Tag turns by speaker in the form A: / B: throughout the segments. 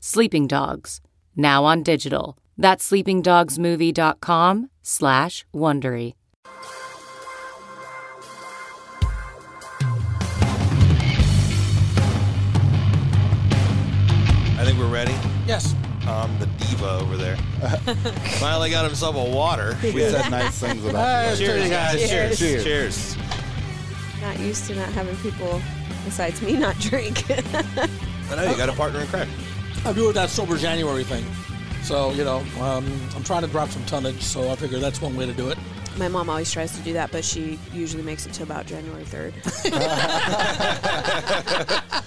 A: Sleeping Dogs, now on digital. That's sleepingdogsmovie.com slash Wondery.
B: I think we're ready.
C: Yes.
B: Um, the diva over there finally got himself a water.
D: We said nice things
C: Hey,
D: about
C: it's pretty
B: Cheers, guys. Cheers.
D: Cheers.
B: Cheers.
E: Not used to not having people besides me not drink.
B: I know Oh, you got a partner in crime.
C: I'm doing that sober January thing. So, you know, um, I'm trying to drop some tonnage, so I figure that's one way to do it.
E: My mom always tries to do that, but she usually makes it to about January 3rd.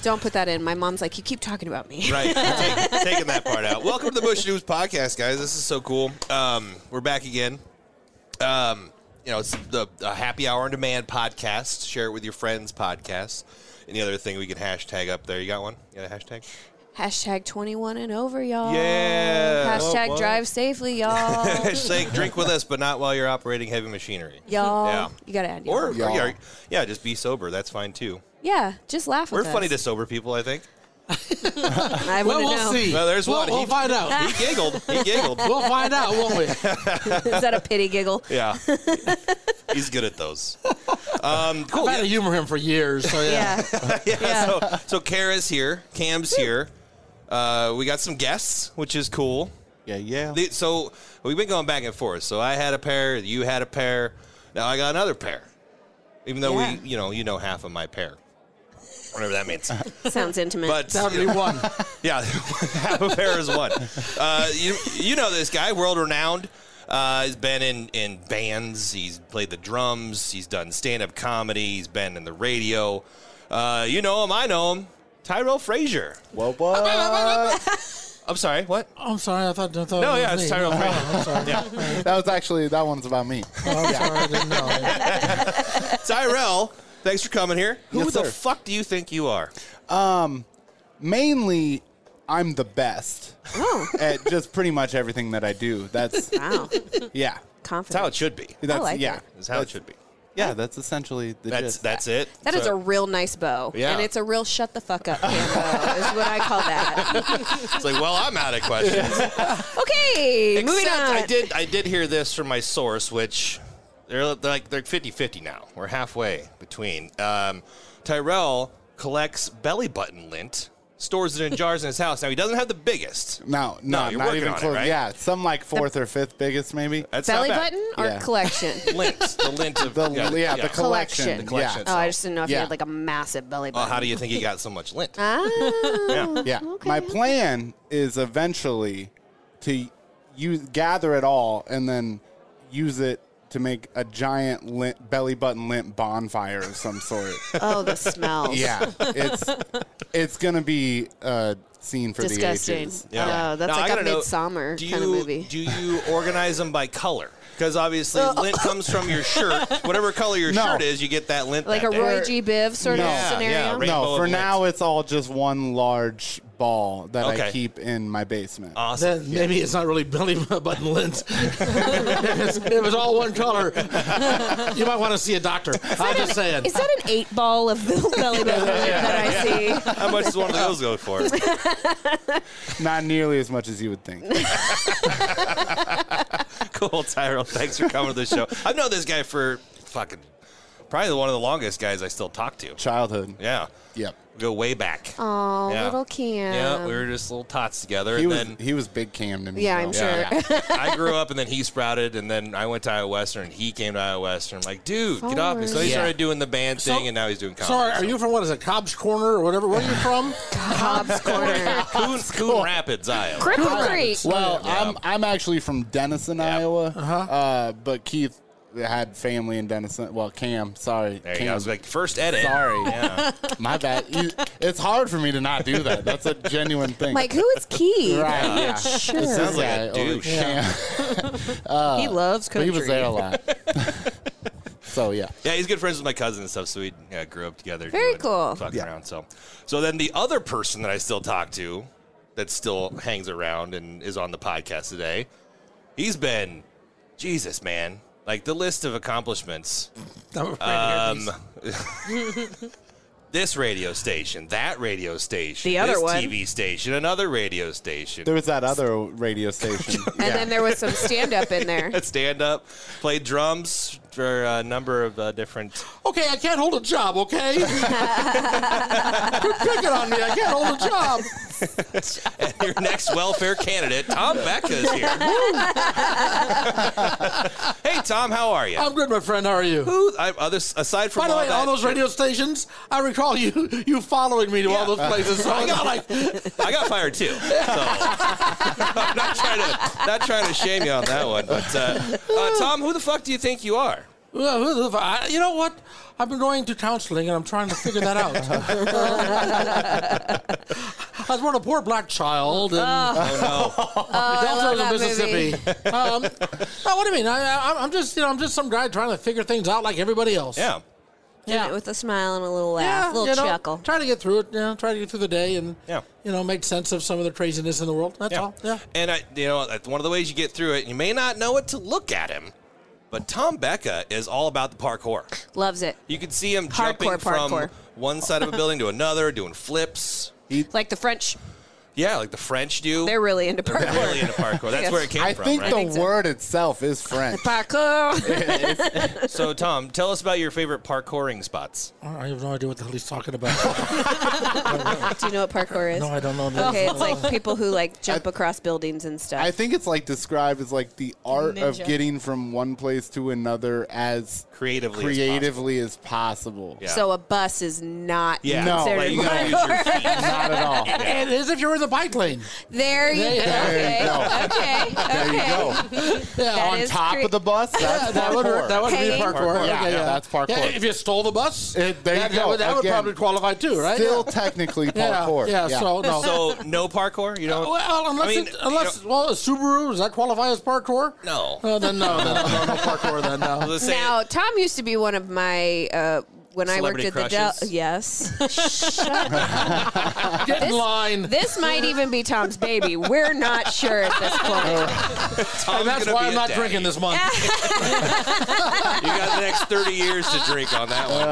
E: Don't put that in. My mom's like, you keep talking about me.
B: Right. Take, taking that part out. Welcome to the Bush News Podcast, guys. This is so cool. Um, we're back again. Um, you know, it's the uh, Happy Hour on Demand podcast. Share it with your friends podcast. Any other thing we can hashtag up there? You got one? You got a hashtag?
E: Hashtag 21 and over, y'all.
B: Yeah.
E: Hashtag
B: Oh,
E: drive safely, y'all.
B: hashtag drink with us, but not while you're operating heavy machinery.
E: y'all.
B: Yeah.
E: You got to add
B: Or,
E: y'all.
B: or
D: Y'all.
B: yeah, yeah, just be sober. That's fine too.
E: Yeah, just laugh
B: We're
E: with
B: funny to
E: us.
B: sober people, I think.
E: I
C: Well,
E: wanna
C: we'll
E: know.
C: see.
B: Well, there's
C: we'll,
B: one.
C: We'll
B: He-
C: find out.
B: He giggled. He giggled.
C: we'll find out, won't we?
E: Is that a pity giggle?
B: Yeah. He's good at those. Um, cool.
C: I've had to humor him for years, so yeah.
E: Yeah.
B: yeah,
E: Yeah.
B: So, so Kara's here. Cam's here. Uh, we got some guests, which is cool.
D: Yeah, yeah.
B: The- So we've been going back and forth. So I had a pair. You had a pair. Now I got another pair. Even though
E: Yeah.
B: we, you know, you know half of my pair, whatever that means.
E: Sounds intimate.
B: But
C: That'll be one.
B: yeah, half a pair is one. Uh, you, you know this guy, world renowned. Uh, he's been in, in bands. He's played the drums. He's done stand up comedy. He's been in the radio. Uh, you know him. I know him. Tyrell Frazier.
D: Well, what?
B: I'm sorry. What?
C: I'm sorry, I thought, I thought
B: No,
C: Oh, it was
B: yeah,
C: me. Oh.
B: it's Tyrell Frazier.
C: I'm sorry.
D: that was actually that one's about me.
C: Oh, I'm sorry, I didn't know.
B: Tyrell, thanks for coming here. Who
D: Yes,
B: the
D: sir.
B: fuck do you think you are?
D: Mainly, I'm the best
E: oh,
D: at just pretty much everything that I do. That's
E: wow.
D: yeah.
B: That's how
E: Confident.
B: it should be.
D: That's
E: like
D: yeah.
E: it.
B: That's how it should be.
D: Yeah, that's essentially the
B: That's
D: gist.
B: that's it.
E: That is
B: So-
E: a real nice bow.
B: Yeah.
E: And it's a real shut the fuck up cambo, is what I call that.
B: It's like, well, I'm out of questions.
E: Okay, moving
B: Except
E: on.
B: I did I did hear this from my source, which they're, they're like they're 50-50 now. We're halfway between. Um, Tyrell collects belly button lint, stores it in jars in his house. Now he doesn't have the biggest.
D: no, no,
B: No, you're
D: not
B: working
D: even
B: on it,
D: close.
B: right?
D: Yeah, some like fourth or fifth biggest maybe.
B: That's
E: Belly
B: not bad.
E: button or
D: Yeah.
E: collection?
B: Lint. The lint of
D: The yeah, the collection.
E: Collection. The
B: collection.
E: oh, I just didn't know if you
D: Yeah.
E: had like a massive belly
B: Well,
E: button.
B: Oh, how do you think he got so much lint?
E: Ah,
B: yeah.
D: Yeah.
E: Okay,
D: My
E: okay.
D: plan is eventually to use gather it all and then use it to make a giant lint, belly button lint bonfire of some sort.
E: oh, the smells.
D: yeah, it's it's gonna be a scene for the
E: Disgusting.
D: ages.
E: Oh, that's
B: Now, I
E: like a
B: gotta know,
E: midsummer
B: do
E: kind of
B: you-
E: movie.
B: Do you organize them by color? Because obviously lint comes from your shirt. Whatever color your
D: No.
B: shirt is, you get that lint.
E: like
B: that
E: a
B: day.
E: Roy G. Biv sort
D: No.
E: of
D: Yeah,
E: scenario?
B: yeah, right. Rainbow
D: No,
B: of
D: for
B: lint.
D: now it's all just one large ball that
B: Okay. Uh.
D: I keep in my basement.
B: Awesome.
C: Then maybe it's not really belly button lint. if, it's, if it's all one color, you might want to see a doctor. I'm just saying.
E: Is that an eight ball of the belly button that I see?
B: How much does one of those go for?
D: Not nearly as much as you would think.
B: cool, Tyrell. Thanks for coming to the show. I've known this guy for fucking probably one of the longest guys I still talk to.
D: Childhood.
B: Yeah,
D: Yep.
B: go way back.
E: Oh,
B: Yeah.
E: little Cam.
B: Yeah, we were just little tots together,
D: He
B: and
D: was
B: then
D: he was big Cam to me.
E: Yeah,
D: though.
E: I'm sure.
B: yeah, I grew up, and then he sprouted, and then I went to Iowa Western, and he came to Iowa Western. I'm like, dude, get off me! So he
C: Yeah.
B: started doing the band
C: So-
B: thing, and now he's doing comedy.
C: Sorry,
B: so.
C: are you from what is it, Cobb's Corner or whatever? Where are you from?
E: Cobb's Corner.
B: Coon, Coon Rapids, Iowa?
E: Cripple Creek.
D: Well,
B: Yeah.
D: I'm I'm actually from Denison,
B: Yeah.
D: Iowa. Uh-huh. Uh, but Keith had family in Denison. Well, Cam, sorry.
B: There you
D: Cam.
B: go. I was like, first edit.
D: Sorry.
B: Yeah.
D: My bad. You- It's hard for me to not do that. That's a genuine thing.
E: Like, who is Key?
D: right? Yeah. Sure. It's
B: Sounds like a
D: guy over
B: douche.
D: Cam.
F: he loves
D: But
F: country.
D: he was there a lot. so yeah,
B: Yeah, he's good friends with my cousin and stuff, so we yeah, grew up together.
E: Very
B: doing-
E: cool.
B: Fucking
D: Yeah.
B: around. So, so then the other person that I still talk to, that still hangs around and is on the podcast today, he's been Jesus, man. Like the list of accomplishments.
C: I'm
B: Uh,
C: afraid to hear these.
B: This radio station, that radio station,
F: The other
B: this
F: one.
B: TV station, another radio station.
D: there was that other radio station.
E: And then there was some stand up in there.
B: Stand up, played drums for a number of uh, different.
C: Okay, I can't hold a job, okay? Quit picking on me. I can't hold a job.
B: And your next welfare candidate, Tom Becca, is here. hey, Tom, how are you?
C: I'm good, my friend. How are you?
B: Who? Oh, I, other, aside from
C: By the
B: all
C: way,
B: that,
C: all those radio stations, I recall you you following me to all those places. So I got like,
B: I got fired too. So I'm not trying to not trying to shame you on that one, but uh, uh, Tom, who the fuck do you think you are?
C: well, who the fu- I- you know what? I've been going to counseling and I'm trying to figure that out. I was born a poor black child in
E: I love
C: Delta
E: that
C: of Mississippi. um, no, what do you mean? I, I, I'm just you know I'm just some guy trying to figure things out like everybody else.
B: Yeah.
E: Doing it with a smile and a little laugh, a little
C: you know,
E: chuckle.
C: Try to get through it. You know, try to get through the day and
B: Yeah.
C: you know make sense of some of the craziness in the world. That's all. Yeah.
B: And I, you know, that's one of the ways you get through it, you may not know it to look at him, but Tom Becca is all about the parkour.
E: Loves it.
B: You can see him
E: Hardcore
B: jumping from
E: parkour.
B: one side of a building to another, doing flips.
E: Like the French,
B: Yeah, like the French do.
E: they're really into
B: They're
E: parkour.
B: really into parkour. That's
E: Yes.
B: where it came
D: I
B: from,
D: think
B: right?
D: the
E: think so.
D: word itself is French.
E: Parkour.
B: so, Tom, tell us about your favorite parkouring spots.
C: Oh, I have no idea what the hell he's talking about.
E: Do you know what parkour is?
C: no, I don't know. That.
E: Okay, it's like people who like jump across buildings and stuff.
D: I think it's like described as like the art of
F: Ninja.
D: getting from one place to another as
B: Creatively as
D: creatively as possible.
B: Yeah.
E: So a bus is not
B: Yeah,
D: No.
E: considered
B: like you
E: parkour.
B: gotta use your feet.
D: Not at all.
C: It is if you're in the bike lane.
E: There you go.
D: There you go.
E: Okay. Okay.
D: There you go.
C: Yeah.
E: That
D: On
E: is
D: top
E: cre-
D: of the bus, that's
C: That would,
D: parkour.
C: that would be
E: Hey.
C: parkour.
D: Parkour. Yeah,
C: Okay,
D: yeah, that's parkour.
C: Yeah, if you stole the bus,
D: It- there you
C: that, That
D: go.
C: would, that would
D: Again.
C: probably qualify too, right?
D: Still
C: yeah.
D: technically
C: Yeah,
D: parkour.
C: Yeah, So no.
B: So, no parkour? You don't.
C: well, unless
B: I mean,
C: it, unless
B: you
C: well, a Subaru does that qualify as parkour?
B: No.
C: Uh, then no, then no, no, no parkour. Then no.
B: Let's say-
E: Now, Tom used to be one of my uh, when
B: Celebrity
E: I worked at
B: crushes?
E: the Del. Yes.
C: Get in
E: This-
C: line.
E: This might even be Tom's baby. We're not sure at this point.
B: Tom's
C: and that's
B: gonna
C: why
B: be
C: I'm
B: a
C: not
B: daddy.
C: drinking this month.
B: You got the next 30 years to drink on that one.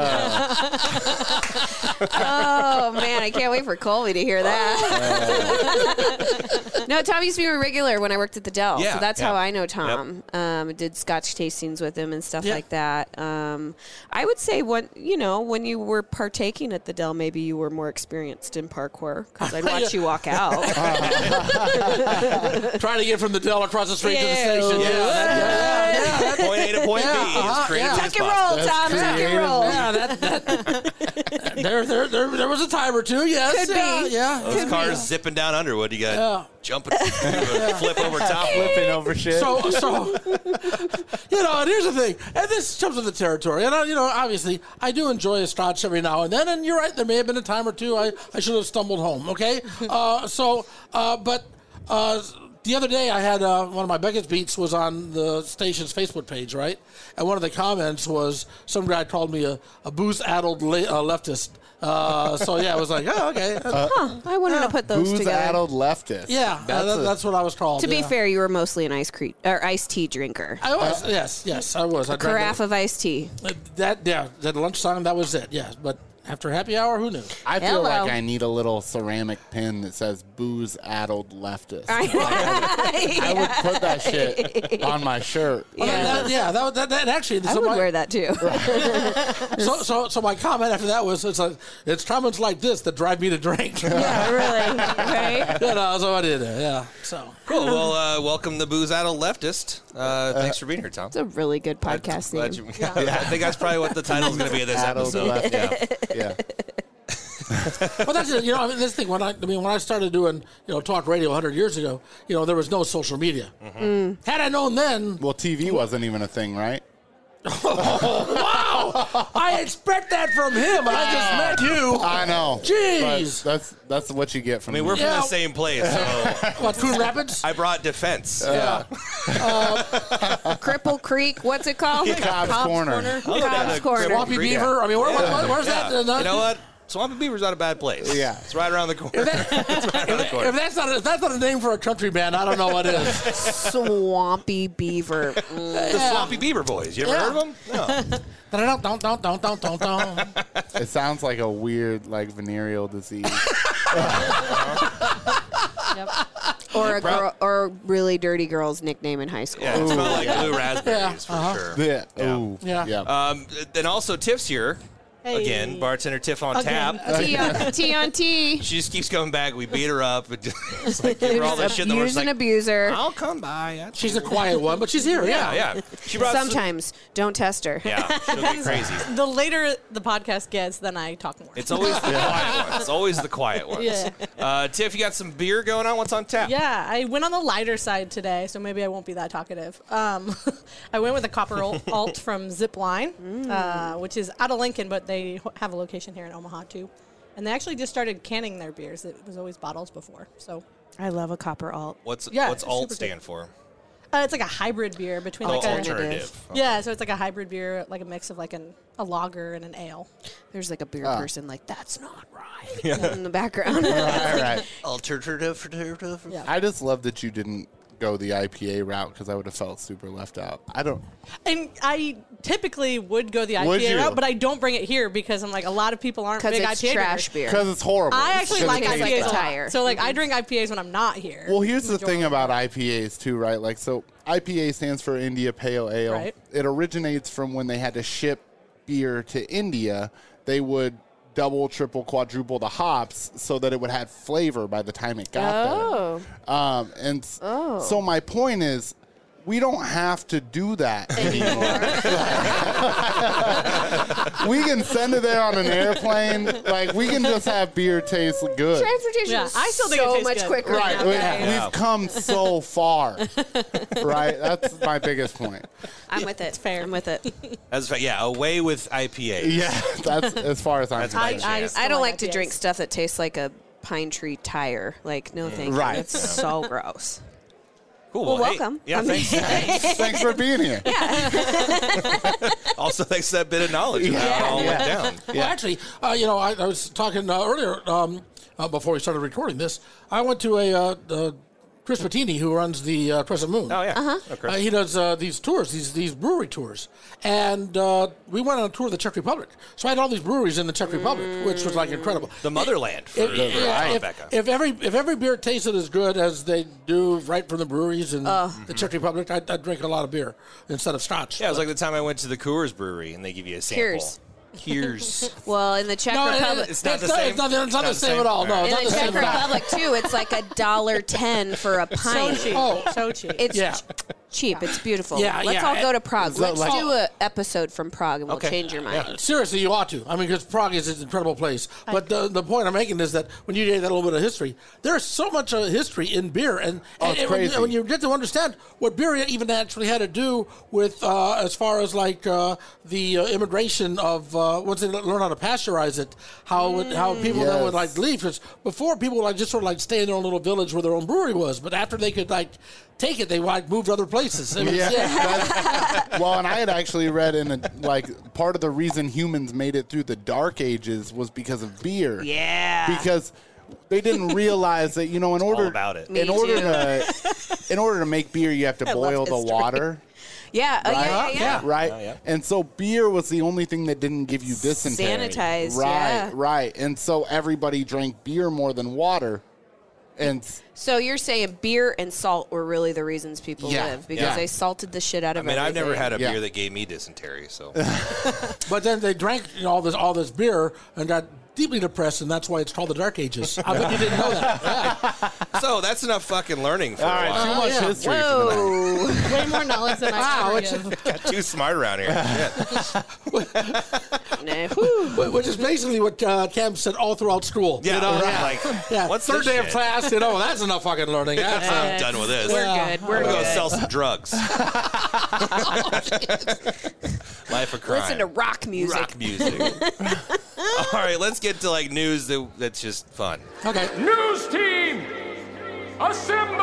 E: Oh man, I can't wait for Colby to hear that. no, Tom used to be a regular when I worked at the Dell,
B: Yeah,
E: so that's
B: yeah.
E: how I know Tom. Um, did Scotch tastings with him and stuff
C: Yeah.
E: like that. Um, I would say when you know when you were partaking at the Dell, maybe you were more experienced in parkour because I'd watch you walk out.
C: Ah, Trying to get from the Dell across the street to the
E: Yeah.
C: station.
B: Yeah. Point A to point
C: Yeah,
B: B.
C: uh-huh,
B: as creative
C: yeah.
B: as
E: Tuck and
B: possible.
E: roll, Tom. Tuck and
D: creative.
E: roll.
C: Yeah, that, that- there, there, there, there was a time or two. Yes,
E: Could
C: yeah,
E: be.
C: yeah.
B: Those cars zipping down Underwood. You got to jump and flip over top.
D: Flipping over shit.
C: So, so, you know, and here's the thing, and this comes with the territory. And I, you know, obviously, I do enjoy a scotch every now and then. And you're right, there may have been a time or two I, I should have stumbled home. Okay, uh, so, uh, but uh, the other day I had uh, one of my Beckett's beats was on the station's Facebook page, right? And one of the comments was some guy called me a, a booze-addled la- uh, leftist. Uh, so yeah, I was like, oh, okay,
E: Huh, I wanted to put those
D: Who's
E: together.
D: addled leftist?
C: yeah, that's,
D: That's a-
C: that's what I was called.
E: To be
C: yeah.
E: fair, you were mostly an ice cre- or iced tea drinker.
C: I was yes, yes, I was. I drank a-
E: Carafe of iced tea.
C: Uh, That yeah, that lunchtime that was it. Yes, but after happy hour, who knew?
D: I feel
E: Hello.
D: like I need a little ceramic pin that says booze addled leftist.
E: I
D: I would put that shit on my shirt.
C: Well, that- that- yeah, that, that, that actually.
E: I
C: so,
E: would
C: my,
E: wear that too.
C: so so so my comment after that was it's like it's comments like this that drive me to drink. yeah,
E: yeah, really. Right?
C: no, so I did it. Yeah, so
B: Cool. Well, uh, welcome to Booze Addle Leftist. Uh, thanks for being here, Tom.
E: It's a really good podcast
B: Glad
E: name.
B: you, I think that's probably what the title's going to be of this
D: Addled
B: episode.
D: left-
B: Yeah.
D: Yeah.
C: well, that's it. You know, I mean, this thing when I, I mean, when I started doing you know talk radio 100 years ago, you know, there was no social media. Had I known then,
D: Well, TV wasn't even a thing, right?
C: oh, wow! I expect that from him. I just met you.
D: I know.
C: Jeez.
D: But That's that's what you get from
B: I mean, we're
D: me.
B: from
C: Yeah.
B: the same place. So
C: What, Coon Rapids?
B: I brought defense.
C: yeah.
E: Cripple Creek, what's it called?
D: Cobb's Corner.
B: I'll go down
E: Cobb's
B: to
E: Corner.
B: Cripple
C: Swampy
B: Creek.
C: Beaver. I mean, where, where- where's
B: Yeah.
C: that? Uh, not-
B: you know what? Swampy Beaver's not a bad place.
D: Yeah.
B: It's right around the corner. it's right around the corner.
C: If that's not a, if that's not a name for a country band, I don't know what is.
E: Swampy Beaver. Mm.
B: the Swampy Beaver Boys. You ever
C: Yeah.
B: heard of them? No.
C: don't don't don't don't don't don't don't.
D: It sounds like a weird like venereal disease.
F: Yep.
E: Or a girl, or a really dirty girl's nickname in high school.
B: Yeah, it smelled like blue raspberries for
C: Uh-huh.
B: sure.
D: yeah. Ooh.
C: Yeah.
B: Um, and also Tiff's here.
F: Hey.
B: Again, bartender Tiff on
F: Again.
B: tap.
E: T on T. On T.
B: She just keeps coming back. We beat her up. And just, it's like, give her all this shit. and then we're
E: Abuse
B: just
E: and
B: like,
E: abuser.
B: I'll come by. That's
C: She's a quiet one, but she's here. Yeah.
B: yeah, yeah. She brought some-
E: Sometimes don't test her.
B: yeah, she'll get crazy.
F: The later the podcast gets, then I talk more.
B: It's always the quiet ones. Always the quiet ones.
F: Yeah.
B: Uh, Tiff, you got some beer going on? What's on tap?
F: yeah, I went on the lighter side today, so maybe I won't be that talkative. Um, I went with a copper al- alt from Zipline, uh, which is out of Lincoln, but they h- have a location here in Omaha too. And they actually just started canning their beers. It was always bottles before, so
E: I love a copper alt.
B: What's
F: Yeah,
B: what's
F: it's
B: alt
F: super
B: stand for?
F: uh, it's like a hybrid beer between
B: Oh,
F: like a,
E: alternative.
B: alternative.
F: yeah, so it's like a hybrid beer, like a mix of like an, a lager and an ale.
E: There's like a beer
B: Ah.
E: person like that's not right in the background.
D: All right.
B: Alternative.
D: I just love that you didn't go the IPA route because I would have felt super left out. I don't.
F: And I typically would go the
D: Would you?
F: IPA route, but I don't bring it here because I'm like a lot of people aren't
E: Because
F: big
E: it's
F: IPA
E: trash
F: drinkers.
E: beer. Mm-hmm.
D: Because it's horrible.
F: I actually
D: Because
F: like
D: it
E: tastes like
F: IPAs a lot.
E: tire.
F: So like I drink IPAs when I'm not here.
D: Well, here's the
F: Majority.
D: thing about IPAs too, right? Like, so IPA stands for India Pale Ale.
F: Right.
D: It originates from when they had to ship beer to India. They would double, triple, quadruple the hops so that it would have flavor by the time it got
E: Oh.
D: there. Um, and s-
F: Oh.
D: so my point is, we don't have to do that anymore. we can send it there on an airplane. Like, we can just have beer taste good.
E: Transportation
F: Yeah,
E: is
F: I still think it
E: so
F: tastes
E: much
F: good.
E: quicker.
D: Right.
E: now,
D: we-
E: guys.
D: We've come so far. right? That's my biggest point.
E: I'm with it. fair. I'm with it.
B: That's right. Yeah, away with IPA.
D: Yeah, that's as far as I'm
B: That's
D: concerned.
B: my
F: I, I,
B: chance.
F: still
E: I don't like to
F: IPAs.
E: drink stuff that tastes like a pine tree tire. Like, no thank you.
D: Right.
E: It's so gross.
B: Cool.
E: Well,
B: hey,
E: welcome.
B: yeah,
E: I mean-
B: thanks. thanks.
D: Thanks for being here.
B: Also, thanks for that bit of knowledge. about how it all went down.
C: Well, actually, uh, you know, I, I was talking uh, earlier um, uh, before we started recording this. I went to a uh, uh, Chris Bettini who runs the uh, Crescent Moon.
B: Oh, yeah. Uh-huh. Okay.
C: Uh, he does uh, these tours, these these brewery tours, and uh, we went on a tour of the Czech Republic. So I had all these breweries in the Czech Republic, which was like incredible.
B: The motherland for,
C: If,
B: for
C: yeah, if-
B: Becca.
C: if every if every beer tasted as good as they do right from the breweries in
E: Uh. Mm-hmm.
C: the Czech Republic, I, I drink a lot of beer instead of scotch.
B: yeah, it was like the time I went to the Coors Brewery and they give you a sample.
E: Coors.
B: Coors.
E: Well, in the Czech
C: No, it-
E: Republic.
B: It's not the same?
C: It's not, it's not the same at all. No,
E: in
C: it's not
E: the
C: the
E: Czech
C: same at all.
E: Republic too, it's like a dollar ten for a pint.
F: So cheap.
C: Oh.
F: So cheap.
E: It's
C: Yeah.
E: ch- cheap. It's beautiful.
C: Yeah,
E: Let's
C: yeah.
E: all go to Prague. Let's
D: like-
E: do an episode from Prague, and we'll
B: Okay.
E: change your mind.
C: Seriously, you ought to. I mean, because Prague is an incredible place. But the, the point I'm making is that when you get that little bit of history, there's so much uh, history in beer, and,
D: Oh,
C: and,
D: it's
C: and when,
D: crazy.
C: when you get to understand what beer even actually had to do with, uh, as far as like uh, the uh, immigration of uh, once they learn how to pasteurize it, how
E: Mm.
C: it, how people that would
D: Yes.
C: like leave. 'Cause before people would, like just sort of like stay in their own little village where their own brewery was, but after they could like take it, they like moved to other places. It was-
D: Yeah.
C: yeah.
D: that's- well, and I had actually read in a, like part of the reason humans made it through the dark ages was because of beer.
E: Yeah.
D: Because they didn't realize that you know in order
B: about it.
D: in
E: Me
D: order
E: too.
D: to in order to make beer you have to boil the
E: history.
D: water
E: Yeah. Oh, yeah. Yeah.
D: right?
E: yeah.
D: Right.
B: Yeah, yeah.
D: And so beer was the only thing that didn't give you dysentery.
E: Sanitized,
D: Right.
E: yeah.
D: Right. And so everybody drank beer more than water. And s-
E: So you're saying beer and salt were really the reasons people
D: Yeah.
E: live because
D: Yeah.
E: they salted the shit out
B: I
E: of
B: mean, I've never
E: everything.
B: had a
D: Yeah.
B: beer that gave me dysentery, so
C: But then they drank you know, all this all this beer and got deeply depressed, and that's why it's called the Dark Ages. I bet you didn't know that.
B: so that's enough fucking learning for
D: all
B: a
D: right,
B: while.
D: too much
C: yeah.
D: history. for the night.
E: Uh-huh. Whoa.
F: way more knowledge than I wow,
B: Got too smart around here. Shit.
E: Nah, whew.
C: Wh- Which is basically what uh, Cam said all throughout school.
B: Yeah,
C: you know?
B: right, like, what's
C: third
B: this
C: day of
B: shit?
C: class? You know, that's enough fucking learning. That's, uh,
B: I'm done with this.
E: We're good. We're
B: I'm gonna go
E: good.
B: sell some drugs. Life of crime.
E: Listen to rock music.
B: rock music. All right, let's get to like news that, that's just fun.
C: Okay.
G: News team, assemble!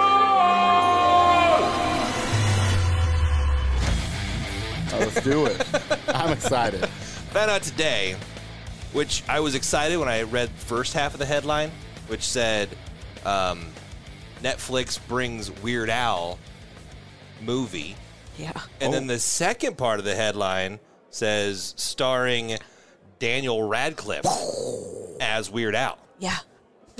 D: Oh, let's do it. I'm excited.
B: Found out today, which I was excited when I read the first half of the headline, which said um, Netflix brings Weird Al movie.
E: Yeah.
B: And then the second part of the headline says starring Daniel Radcliffe as Weird Al.
E: Yeah.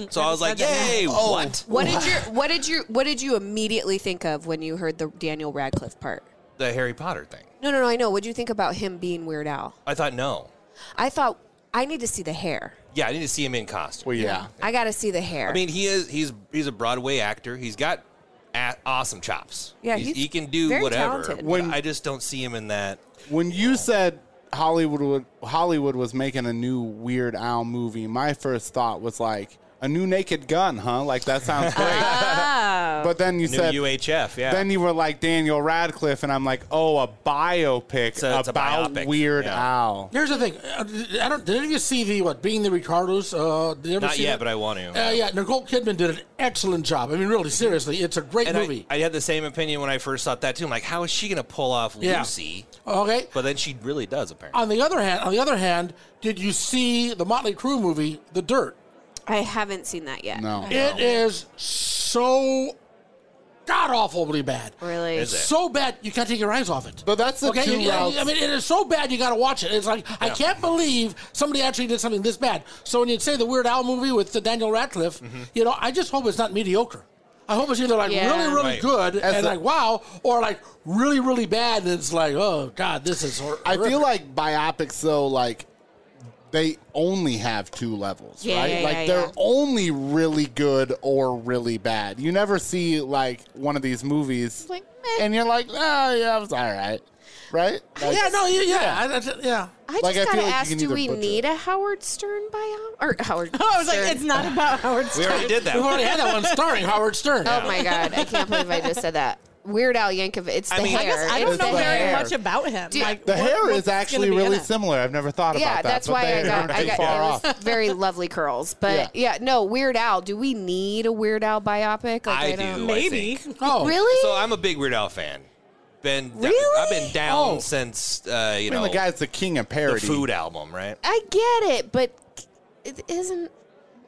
B: So I was like,
F: said that.
B: yay, what?
E: What did your what did your what did you immediately think of when you heard the Daniel Radcliffe part?
B: The Harry Potter thing.
E: No, no, no, I know. What'd you think about him being Weird Al?
B: I thought, no.
E: I thought I need to see the hair.
B: Yeah, I need to see him in costume.
D: Well, yeah.
E: I gotta see the hair.
B: I mean, he is he's he's a Broadway actor. He's got a- awesome chops.
E: Yeah,
B: He's-
E: he's
B: he can do
E: very
B: whatever.
E: talented.
B: When
D: When-
B: I just don't see him in that.
D: When you said Hollywood would, Hollywood was making a new Weird Al movie, my first thought was like a new Naked Gun, huh? Like that sounds great.
E: Ah.
D: but then you
B: New
D: said.
B: UHF, yeah.
D: Then you were like Daniel Radcliffe, and I'm like, oh, a biopic
B: So it's a
D: about
B: biopic,
D: Weird
B: yeah.
D: Al.
C: Here's the thing. Uh, I don't. Did any of you see the what? Being the Ricardos. Uh, did you ever
B: Not
C: see
B: yet,
C: that?
B: but I want to.
C: Uh, yeah, Nicole Kidman did an excellent job. I mean, really, seriously, it's a great
B: and I,
C: movie.
B: I had the same opinion when I first saw that too. I'm like, how is she going to pull off
C: Yeah.
B: Lucy?
C: okay.
B: But then she really does apparently.
C: On the other hand, on the other hand, did you see the Motley Crue movie, The Dirt?
E: I haven't seen that yet.
D: No.
C: It is so god awfully bad.
E: Really?
B: Is it?
C: So bad you can't take your eyes off it.
D: But that's the
C: okay,
D: two
C: I- I-
D: routes.
C: I mean, it is so bad you got to watch it. It's like I
B: Yeah.
C: can't believe somebody actually did something this bad. So when you say the Weird Al movie with the Daniel Radcliffe,
D: Mm-hmm.
C: you know, I just hope it's not mediocre. I hope it's either like
E: Yeah.
C: really, really
B: Right.
C: good
D: As
C: and
D: the-
C: like wow, or like really, really bad and it's like oh god, this is. Hor-
D: I
C: horrific.
D: feel like biopics though, like they only have two levels,
E: Yeah,
D: right?
E: yeah,
D: like
E: yeah,
D: they're
E: yeah.
D: only really good or really bad. You never see like one of these movies,
E: like, meh.
D: and you're like, oh yeah, it was all right, right? Like,
C: yeah, no, yeah, yeah, I- I- yeah.
E: I just
D: Like, I
E: gotta
D: feel like you
E: ask,
D: can
E: do
D: either
E: we
D: butcher
E: need a Howard Stern bio or Howard?
F: I was like,
E: Stern.
F: it's not about Howard
B: we
F: Stern.
B: already did that.
C: We've
B: one.
C: already had that one starring Howard Stern.
E: Oh my god, I can't believe I just said that. Weird Al Yankovic. It's the
B: I mean-
E: hair.
B: I guess
F: I
E: It's
F: don't
D: It's
E: the
F: know
D: the
F: very
D: hair.
F: much about him.
E: Dude,
F: like,
D: The
F: what-
D: hair
F: what's
D: is
F: gonna
D: actually
F: be in
D: really
F: it?
D: similar. I've never thought
E: Yeah,
D: about that.
E: that's
D: but
E: why
D: they
E: I got.
D: aren't
E: I
D: too
E: got.
D: far
E: It was
D: off.
E: very lovely curls, but yeah. no. Weird Al. Do we need a Weird Al biopic? Like,
B: I
E: don't-
B: do.
F: Maybe.
C: Oh,
E: Really?
B: So I'm a big Weird Al fan. Been da-
E: Really?
B: I've been down
C: Oh.
B: since uh, you
D: I mean,
B: know
D: the guy's the king of
B: the
D: parody.
B: food album, right?
E: I get it, but it isn't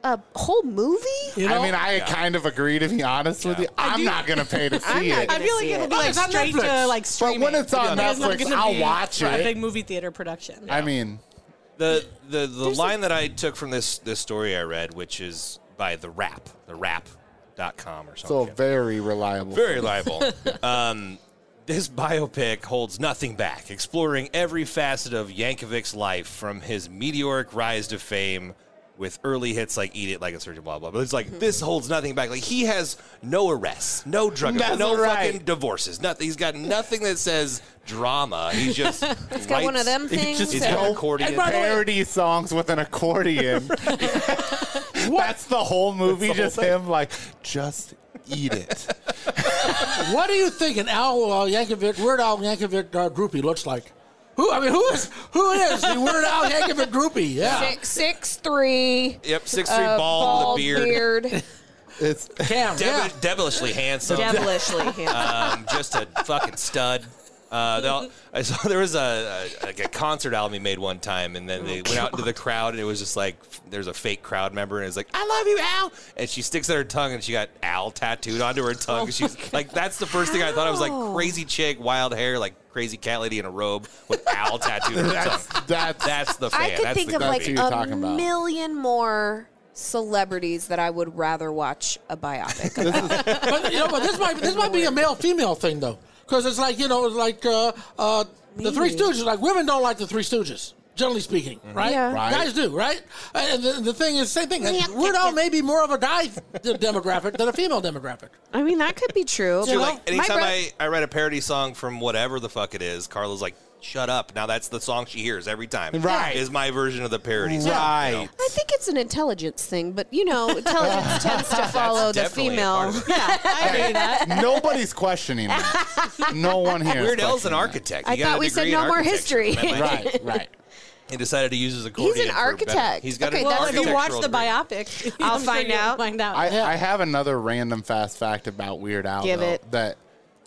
E: a whole movie.
C: You know?
D: I mean, I kind of agree to be honest with
B: Yeah.
D: you. I'm not gonna pay to
E: I'm
D: see
E: not
D: it.
E: gonna
F: I feel like
E: see
F: it'll
E: it.
F: be like
C: it's on
F: straight
C: Netflix.
F: to like streaming.
D: when it's on
F: Like, it's not
D: Netflix,
F: gonna
D: I'll
F: be
D: watch
F: A
D: it.
F: big movie theater production.
D: I mean,
B: The the the line that I took from this this story I read, which is by the rap, the rap.com or
D: so
B: something.
D: very reliable.
B: Very liable. um, this biopic holds nothing back, exploring every facet of Yankovic's life from his meteoric rise to fame with early hits like Eat It Like a Surgeon, blah, blah. But it's like, this holds nothing back. Like, he has no arrests, no drug,
D: That's
B: no
D: right.
B: fucking divorces, nothing. He's got nothing that says drama. He's just.
E: It's got one of them
D: He
E: things.
D: just
B: He's
E: that-
B: got an accordion.
C: And by the way-
D: parody songs with an accordion. That's the whole movie.
B: That's the whole
D: just
B: thing.
D: him, like, just eat it.
C: What do you think an Al uh, Yankovic, Weird Al Yankovic uh, groupie looks like? Who I mean, who is who is the Weird Al Yankovic groupie? Yeah,
E: Six, six, three.
B: Yep, six three
E: uh,
B: bald,
E: bald
B: with a beard.
E: beard.
D: It's
C: Cam.
B: Devil-
C: Yeah.
B: Devilishly handsome.
E: devilishly handsome.
B: um, just a fucking stud. Uh, they'll- I saw there was a, a like a concert album he made one time, and then
E: Oh,
B: they went out into the crowd, and it was just like f- there's a fake crowd member, and it's like I love you, Al, and she sticks out her tongue, and she got Al tattooed onto her
E: Oh,
B: tongue. She's like that's the first thing I thought. I was like crazy chick, wild hair, like crazy cat lady in a robe with Al tattooed on her
D: that's
B: tongue.
D: that's
B: That's the fan.
E: I could
B: that's
E: think
B: the
E: of like
B: groupie.
D: you're talking
E: a
D: about.
E: million more celebrities that I would rather watch a biopic. of.
C: but you know, but this might this might be a male female thing though, because it's like you know, it's like uh, uh, the Three Stooges. Like women don't like the Three Stooges. Generally speaking, right?
E: Yeah.
D: Right.
C: Guys do, right? And the, the thing is, same thing. Like,
E: Yeah.
C: Weird Al may be more of a guy demographic than a female demographic.
E: I mean, that could be true.
B: You're like
E: My
B: anytime
E: bro-
B: I, I write a parody song from whatever the fuck it is, Carla's like, shut up. Now that's the song she hears every time.
D: Right.
B: Is my version of the parody. song, you know?
D: Right.
E: I think it's an intelligence thing, but you know, intelligence tends to follow the
B: definitely a part
E: female.
B: of it.
E: Yeah,
F: I knew that.
D: Nobody's questioning it. No one here. is
B: Weird Al's an
D: questioning it.
B: architect.
E: I
B: He got a
E: thought we said
B: degree in
E: no more
B: architecture.
E: history.
B: That might-
D: Right, right.
B: He decided to use his accordion.
E: He's an
B: for better-
E: architect.
B: He's got
E: Okay,
B: an
E: that's
F: Well, if you
B: architectural
F: watch the
B: degree.
F: biopic,
E: I'll
F: I'm sure
E: find
F: you'll
E: out.
F: Find out.
D: I, I have another random fast fact about Weird Al
E: Give
D: though,
E: it.
D: that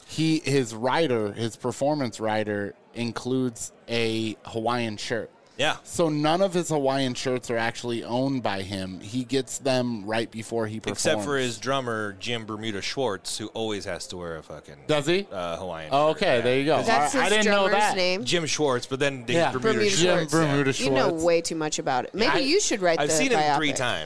D: he his writer, his performance writer includes a Hawaiian shirt.
B: Yeah.
D: So none of his Hawaiian shirts are actually owned by him. He gets them right before he performs.
B: Except for his drummer Jim Bermuda Schwartz, who always has to wear a fucking
D: Does he?
B: uh, Hawaiian.
D: Oh,
B: shirt.
D: okay, there you go.
E: that's
D: I,
E: his
D: I didn't know
E: drummer's
D: that.
E: name.
B: Jim Schwartz, but then the
D: Yeah.
B: Bermuda,
E: Bermuda
D: Jim
B: Schwartz. yeah.
D: Bermuda
E: You
D: Schwartz.
E: know way too much about it. Maybe
D: I-
E: you should write
B: I've
E: the
B: seen him three
E: biopic.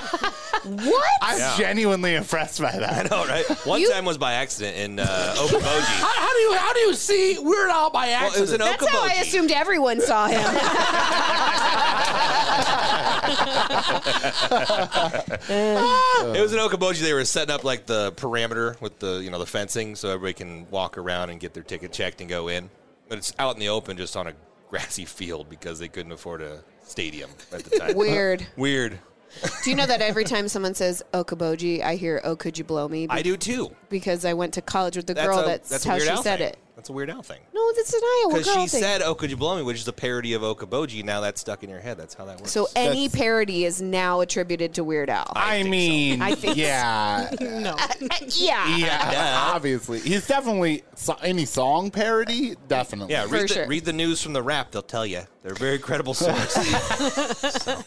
B: times.
E: What?
D: I'm
B: Yeah.
D: genuinely impressed by that.
B: All right. One
E: You-
B: time was by accident in uh, Okoboji.
C: How, how do you how do you see Weird Al by
B: well, it was in
C: accident?
E: That's how I
B: Okoboji.
E: assumed everyone saw him.
B: It was in Okoboji. They were setting up like the parameter with the you know the fencing, so everybody can walk around and get their ticket checked and go in. But it's out in the open, just on a grassy field because they couldn't afford a stadium at the time.
E: Weird.
B: Weird.
E: Do you know that every time someone says Okaboji, I hear "Oh, could you blow me?" Be-
B: I do too.
E: because I went to college with the
B: That's
E: girl.
B: a,
E: that's,
B: a
E: how
B: Weird
E: she
B: Al
E: said
B: thing.
E: it.
B: That's a Weird Al thing.
E: No, that's an Iowa
B: Because
E: girl
B: she
E: thing.
B: said "Oh, could you blow me?" which is a parody of Okaboji. Now that's stuck in your head. That's how that works.
E: so any parody is now attributed to Weird Al.
B: I
D: I,
B: think so.
D: mean,
E: I think so.
D: yeah,
F: no.
E: yeah.
D: yeah, obviously. He's definitely so- any song parody, definitely.
B: yeah,
E: For
B: read the,
E: sure.
B: read the news from the rap. They'll tell you they're a very credible source. so.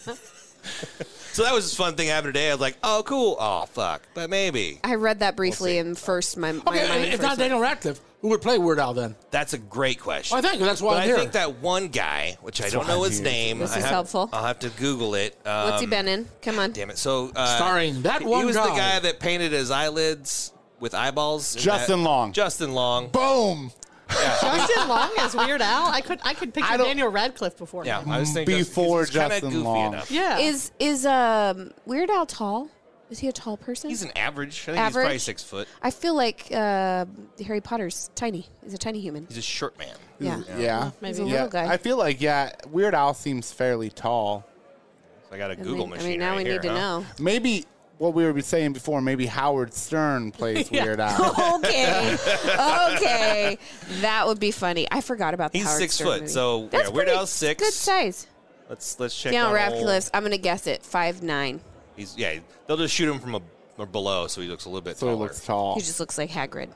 B: So that was this fun thing happened today. I was like, "Oh, cool. Oh, fuck." But maybe
E: I read that briefly
B: see.
E: and first my, my mind
C: Okay, if
E: first
C: not
E: went-
C: Daniel Radcliffe, who would play Weird Al then?
B: That's a great question.
C: Well, I think that's why
B: but
C: I'm
B: I
C: here.
B: think that one guy, which I don't
D: why
B: know
D: I'm
B: his
D: here.
B: name,
E: This
B: I
E: is
B: have-
E: helpful.
B: I'll have to Google it. Um,
E: What's he been in? Come on.
B: Damn it! So uh,
C: Starring that
B: he-
C: one
B: He was the
C: guy.
B: guy that painted his eyelids with eyeballs. in
D: Justin
B: that-
D: Long.
B: Justin Long.
D: Boom.
F: Justin Long as Weird Al. I could I could picture
D: I don't-
F: Daniel Radcliffe before.
B: Yeah,
F: him.
B: I was thinking he's-
D: Before
B: he's kinda
D: Justin
B: goofy
D: Long.
B: Enough.
F: yeah.
E: Is is um Weird Al tall? Is he a tall person?
B: He's an average. I think he's
E: Average?
B: probably six foot.
E: I feel like uh, Harry Potter's tiny. He's a tiny human.
B: He's a short man.
E: Yeah.
D: Yeah.
E: He's a
F: Maybe.
D: Yeah.
E: little guy.
D: I feel like yeah, Weird Al seems fairly tall.
B: So I got a
E: I
B: Google
E: mean, I
B: machine.
E: mean, now
B: right
E: we
B: here,
E: need to
B: huh?
E: know.
D: Maybe what we were saying before, maybe Howard Stern plays Weird Al.
E: okay, okay, that would be funny. I forgot about the
B: He's
E: Howard
B: six
E: Stern
B: foot,
E: movie.
B: so, yeah,
E: that's
B: Weird
E: pretty
B: Al's six.
E: Good size.
B: Let's let's check.
E: Daniel
B: on old-
E: Radcliffe. I'm gonna guess it. Five nine.
B: He's yeah. They'll just shoot him from a, or below, so he looks a little bit
D: So he
B: taller.
D: looks tall.
E: He just looks like Hagrid.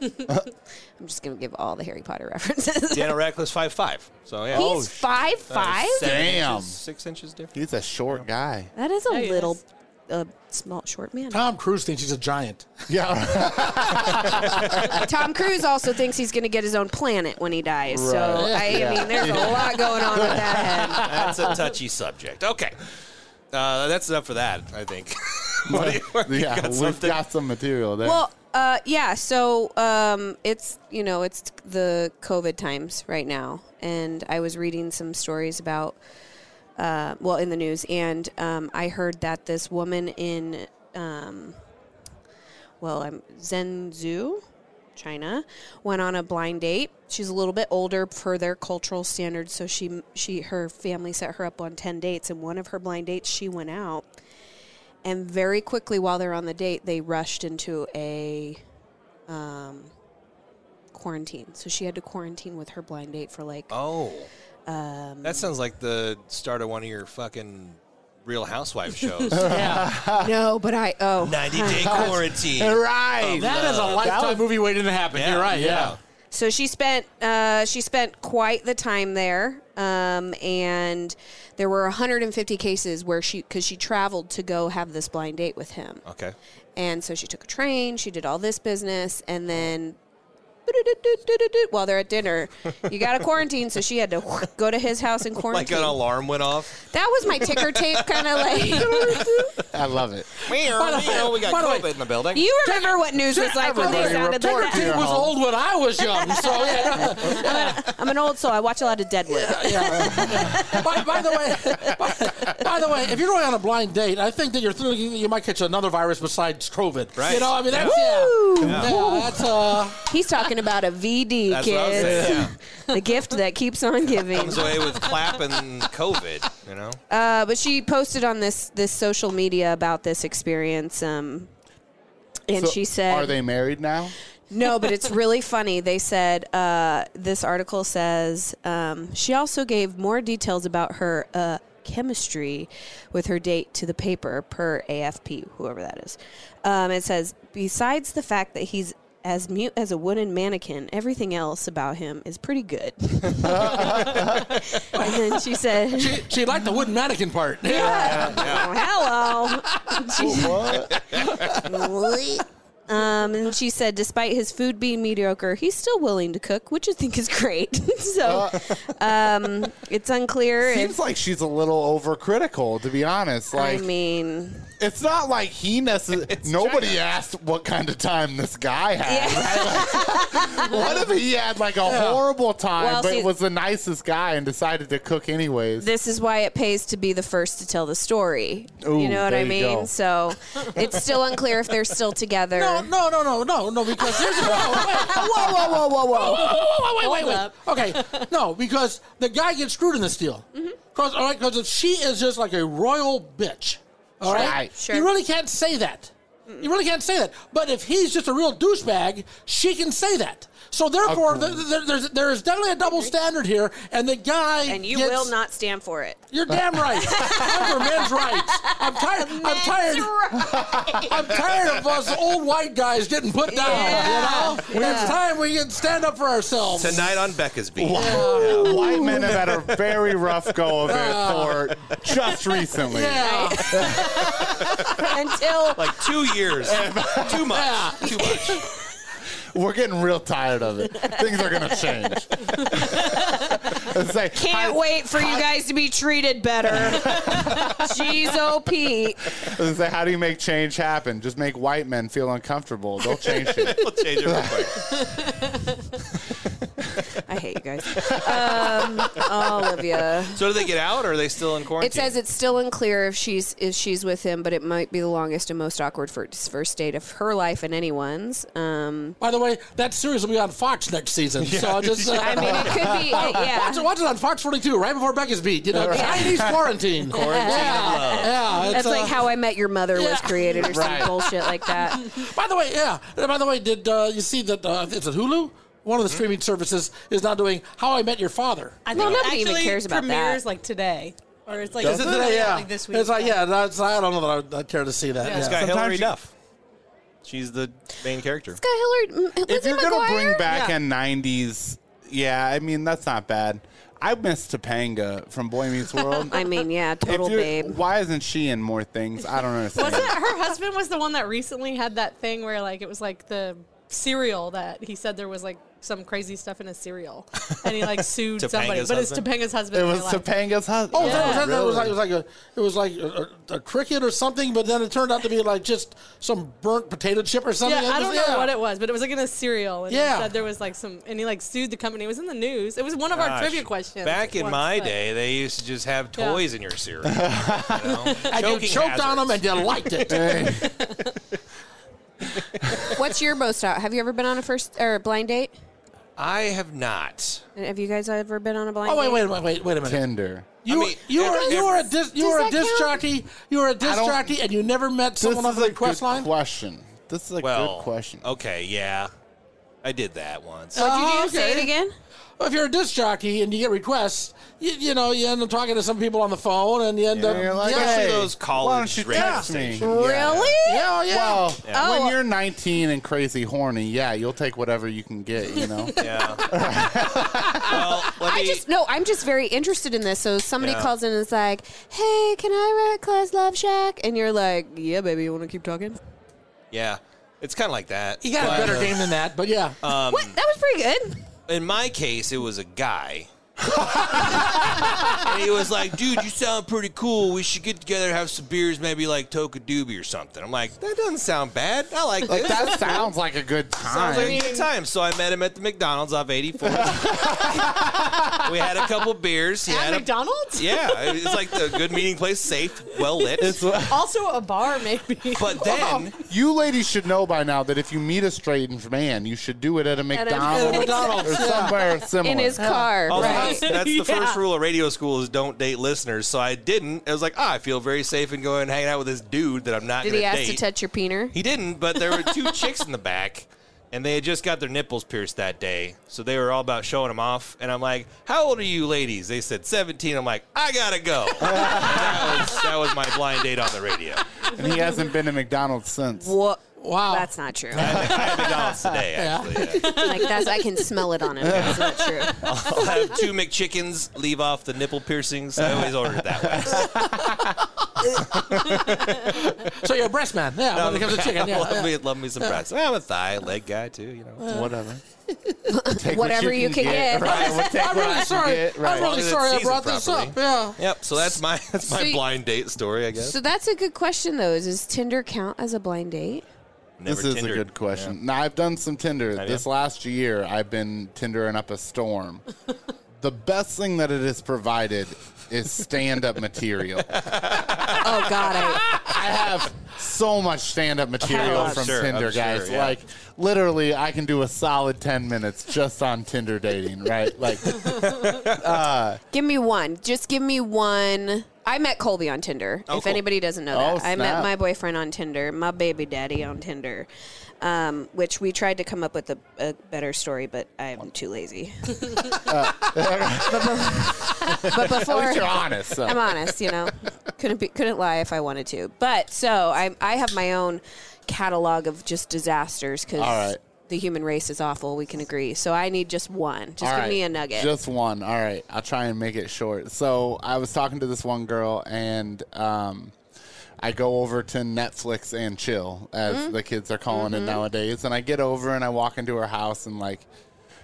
E: I'm just gonna give all the Harry Potter references.
B: Daniel Radcliffe's five five. So yeah.
E: He's five five.
B: seven
D: Damn.
B: inches, six inches different.
D: He's a short guy.
E: That is a
F: Yeah, he
E: little,
F: is.
E: uh, small, short man.
C: Tom Cruise thinks he's a giant.
D: Yeah.
E: Tom Cruise also thinks he's going to get his own planet when he dies. So
D: Right.
E: I,
D: Yeah.
E: mean, there's a lot going on with that head.
B: That's a touchy subject. Okay, uh, that's enough for that. I think. What do you- you
D: yeah.
B: got
D: we've
B: something?
D: got some material there.
E: Well, uh, yeah. So um, it's you know it's the COVID times right now, and I was reading some stories about uh, well in the news, and um, I heard that this woman in um, well I'm Zhenzhou, China, went on a blind date. She's a little bit older for their cultural standards, so she she her family set her up on ten dates, and one of her blind dates she went out and very quickly while they're on the date they rushed into a um, quarantine so she had to quarantine with her blind date for like
B: Oh,
E: um,
B: that sounds like the start of one of your fucking Real Housewives shows.
E: no but i oh
B: Ninety
E: huh.
B: day quarantine.
D: right.
C: That is a lifetime movie waiting to happen. You're right. Yeah.
E: so she spent uh, she spent quite the time there um, and there were 150 cases where she because she traveled to go have this blind date with him
D: Oh.
B: Okay.
E: And so she took a train, she did all this business, and then while they're at dinner, you got to quarantine. So she had to go to his house and
D: Oh
B: Like
E: quarantine.
B: an alarm went off.
E: that was my ticker tape kind of like.
D: I love it.
B: Meow, meow, we got
C: by the way,
B: COVID in the building.
E: You remember what news was like when they
D: Everybody
E: sounded
D: report
E: like
D: here.
E: that?
C: He was
D: home.
C: old when I was young, so yeah.
E: I'm an old soul. I watch a lot of Deadwood.
C: by, by the way, by, by the way, if you're going on a blind date, I think that you're thinking that you might catch another virus besides COVID.
B: Right.
C: You know, I mean, that's, yeah. Yeah, that's uh,
E: He's talking about a VD,
B: That's what I was
E: kids.
B: saying.
E: the gift that keeps on giving.
B: Comes away with clap and COVID, you know?
E: Uh, but she posted on this this social media about this experience. Um, and
D: So,
E: she said,
D: "Are they married now?"
E: No, but it's really funny. They said uh, this article says um, she also gave more details about her uh, chemistry with her date to the paper per AFP, whoever that is. Um, it says besides the fact that he's as mute as a wooden mannequin, everything else about him is pretty good. and then she said.
C: she, she liked the wooden mannequin part.
E: Oh, hello. She- Um, and she said, despite his food being mediocre, he's still willing to cook, which I think is great. so um, it's unclear.
D: Uh. Seems
E: If,
D: like she's a little overcritical, to be honest. Like
E: I mean,
D: it's not like he necessarily. Nobody asked what kind of time this guy had. right? Like, what if he had like a horrible time,
E: Well,
D: but
E: see-
D: was the nicest guy and decided to cook anyways?
E: this is why it pays to be the first to tell the story.
D: Ooh,
E: you know what
D: there
E: I
D: you
E: mean?
D: go.
E: So it's still unclear if they're still together.
C: No, no, no, no, no, no, because here's no, wait, whoa, whoa, whoa, whoa, whoa, whoa, whoa, wait, wait, wait. Okay, no, because the guy gets screwed in this deal. Because all right, because she is just like a royal bitch. All right,
D: Right.
E: Sure.
C: you really can't say that. You really can't say that. But if he's just a real douchebag, she can say that. So therefore, th- th- there's there is definitely a double standard here, and the guy
E: And you
C: gets-
E: will not stand for it.
C: You're damn right. I'm for men's rights. I'm tired. I'm tired. I'm tired of us old white guys getting put down. You know, it's time we can stand up for ourselves.
B: Tonight on Becca's Beat.
D: White men have had a very rough go of it for just recently.
C: Yeah.
E: Until
B: Like two years. Too much. Too much.
D: We're getting real tired of it. Things are going to change. It's like,
E: can't
D: hi-
E: wait for you guys to be treated better. Jeez, oh Pete.
D: It's like, how do you make change happen? Just make white men feel uncomfortable. They'll change it.
B: We'll change it real quick.
E: I hate you guys. Um, Olivia.
B: So do they get out or are they still in quarantine?
E: It says it's still unclear if she's if she's with him, but it might be the longest and most awkward first, first date of her life and anyone's. Um,
C: By the way, that series will be on Fox next season. So I'll just. Uh,
E: I mean, it could be. it- yeah.
C: Watch it, watch it on Fox 42, right before Becca's Beat. You know, Chinese quarantine.
B: Quarantine
C: Yeah, yeah.
E: That's
C: uh,
E: like how I Met Your Mother was
C: Yeah.
E: created, or
D: Right.
E: some bullshit like that.
C: By the way, yeah. Uh, By the way, did uh, you see that? Uh, is it Hulu? One of the streaming services is now doing "How I Met Your Father."
F: I
E: Well,
F: think it
E: nobody even
F: actually
E: cares about
F: premieres
E: that.
F: like today, or it's like
C: Is it
F: it's
C: today? Yeah,
F: like this week.
C: It's like yeah. That's, I don't know that I would I'd care to see that.
B: This guy
C: yeah.
B: Hillary
C: Sometimes you-
B: Duff. She's the main character.
E: Guy Hillary, mm,
D: if
E: Lizzie
D: you're going to
E: McGuire?
D: bring back
F: Yeah.
D: a 90s, yeah, I mean, that's not bad. I miss Topanga from Boy Meets World.
E: I mean, yeah,
D: If
E: total
D: you're-
E: babe.
D: Why isn't she in more things? I don't understand.
F: Wasn't her husband was the one that recently had that thing where like it was like the cereal that he said there was like some crazy stuff in a cereal, and he like sued somebody,
B: Topanga's
F: but it's
B: husband?
F: Topanga's husband.
D: It
F: in
D: was
F: real life.
D: Topanga's husband.
C: Oh, that was, that, that was like, it was like a it was like a, a, a cricket or something, but then it turned out to be like just some burnt potato chip or something.
F: Yeah, I don't know
C: yeah.
F: what it was, but it was like in a cereal, and
C: Yeah.
F: he said there was like some, and he like sued the company. It was in the news. It was one of our
B: Gosh.
F: trivia questions.
B: Back in
F: once,
B: my
F: but-
B: day, they used to just have
F: Yeah.
B: toys in your cereal. you know?
C: And you
B: Choking
C: choked on them
B: hazards.
C: and you liked it.
E: What's your most out? Have you ever been on a first or a blind date?
B: I have not.
E: Have you guys ever been on a blind?
C: oh wait,
E: date?
C: wait, a minute, wait, wait a minute.
D: Tinder.
C: You,
B: mean,
C: you
B: if-
C: were you
B: if-
C: were a dis, you were a
E: that
C: disc
E: count?
C: jockey. You were a disc
D: don't-
C: jockey, and you never met
D: this
C: someone on
D: is
C: the
D: a
C: request
D: good
C: line.
D: question. This is a
B: Well,
D: good question.
B: Okay, yeah, I did that once.
C: Uh,
E: Did you
C: Oh,
E: say
C: okay.
E: it again?
C: Well, if you're a disc jockey and you get requests, you, you know you end up talking to some people on the phone, and you end
D: And you're
C: up
D: like,
C: yeah,
B: Especially
D: hey,
B: those college
D: why don't you
B: radio
D: text me?
B: stations.
E: Really?
C: yeah, oh, yeah.
D: Well,
B: Yeah.
E: Oh.
D: when you're 19 and crazy horny, yeah, you'll take whatever you can get, you know?
B: Yeah. well, let me.
E: I just no. I'm just very interested in this. So somebody
B: Yeah.
E: calls in and is like, "Hey, can I rent Class Love Shack?" And you're like, "Yeah, baby, you want to keep talking?"
B: yeah, it's kind of like that.
C: you got a
B: But,
C: better
B: uh,
C: Um, game than that, but yeah.
E: what? That was pretty good.
B: In my case, it was a guy and he was like, "Dude, you sound pretty cool. We should get together, have some beers, maybe like Toka Doobie or something." I'm like, "That doesn't sound bad. I like,
D: Like
B: this.
D: that sounds like a good time.
B: Sounds like a good time. So I met him at the McDonald's off 84. we had a couple beers. He
F: At
B: had a-
F: McDonald's?
B: yeah, it's like the good meeting place, safe, well lit.
F: Also a bar, maybe.
B: But then
D: you ladies should know by now that if you meet a straight man, you should do it at a McDonald's,
C: McDonald's,
D: or
C: yeah.
D: somewhere similar.
E: in his car,
B: Also,
E: right?
B: that's, that's the
F: Yeah.
B: first rule of radio school is don't date listeners. So I didn't. I was like, ah, I feel very safe in going and hanging out with this dude that I'm not
E: Did
B: gonna
E: he ask
B: date.
E: to touch your peener?
B: He didn't, but there were two chicks in the back, and they had just got their nipples pierced that day. So they were all about showing them off. And I'm like, How old are you ladies? They said 17. I'm like, I gotta go. that, was, that was my blind date on the radio.
D: and he hasn't been to McDonald's since.
E: Wha- oh,
C: Wow.
E: That's not true.
B: I had McDonald's today, actually. yeah.
E: like that's I can smell it on him. That's not true.
B: I'll have two McChickens, leave off the nipple piercings. I always order it that way.
C: so you're a breast man. Yeah, when it comes to chicken. Yeah,
B: love,
C: yeah.
B: Me, love me some breasts. Well, I'm a thigh, leg guy, too, you know.
D: Whatever. Take what
E: Whatever you can get.
D: Right. We'll take
C: I'm
D: what I
C: really
D: can
C: sorry.
D: get,
C: I'm
D: right.
C: really
B: It's
C: sorry I
B: seasoned
C: brought this
B: properly.
C: up. Yeah.
B: Yep. So that's my that's my
E: So you-
B: blind date story, I guess.
E: So that's a good question though. Is does Tinder count as a blind date?
B: Never
D: This is
B: Tindered.
D: a good question. Now I've done some Tinder.
B: Have
D: This
B: you?
D: last year, I've been Tindering up a storm. the best thing that it has provided is stand-up material.
E: Oh God, I,
D: I have so much stand-up material
B: Oh, I'm
D: from
B: sure,
D: Tinder,
B: I'm sure,
D: guys.
B: yeah.
D: Like literally, I can do a solid ten minutes just on Tinder dating. Right? Like
E: give me one. Just give me one. I met Colby on Tinder.
B: Oh,
E: if
B: cool.
E: anybody doesn't know
D: Oh,
E: that, I met
D: snap.
E: my boyfriend on Tinder, my baby daddy on Tinder, um, which we tried to come up with a, a better story, but I'm too lazy. but
D: Uh, at
E: before
D: least you're honest. So.
E: I'm honest, you know. couldn't be, couldn't lie if I wanted to. But so I I have my own catalog of just disasters because
D: All right.
E: the human race is awful. We can agree. So I need just one. Just
D: All
E: give
D: right,
E: me a nugget.
D: Just one. All right. I'll try and make it short. So I was talking to this one girl, and um, I go over to Netflix and chill, as
E: Mm-hmm.
D: the kids are calling it nowadays. And I get over and I walk into her house, and like,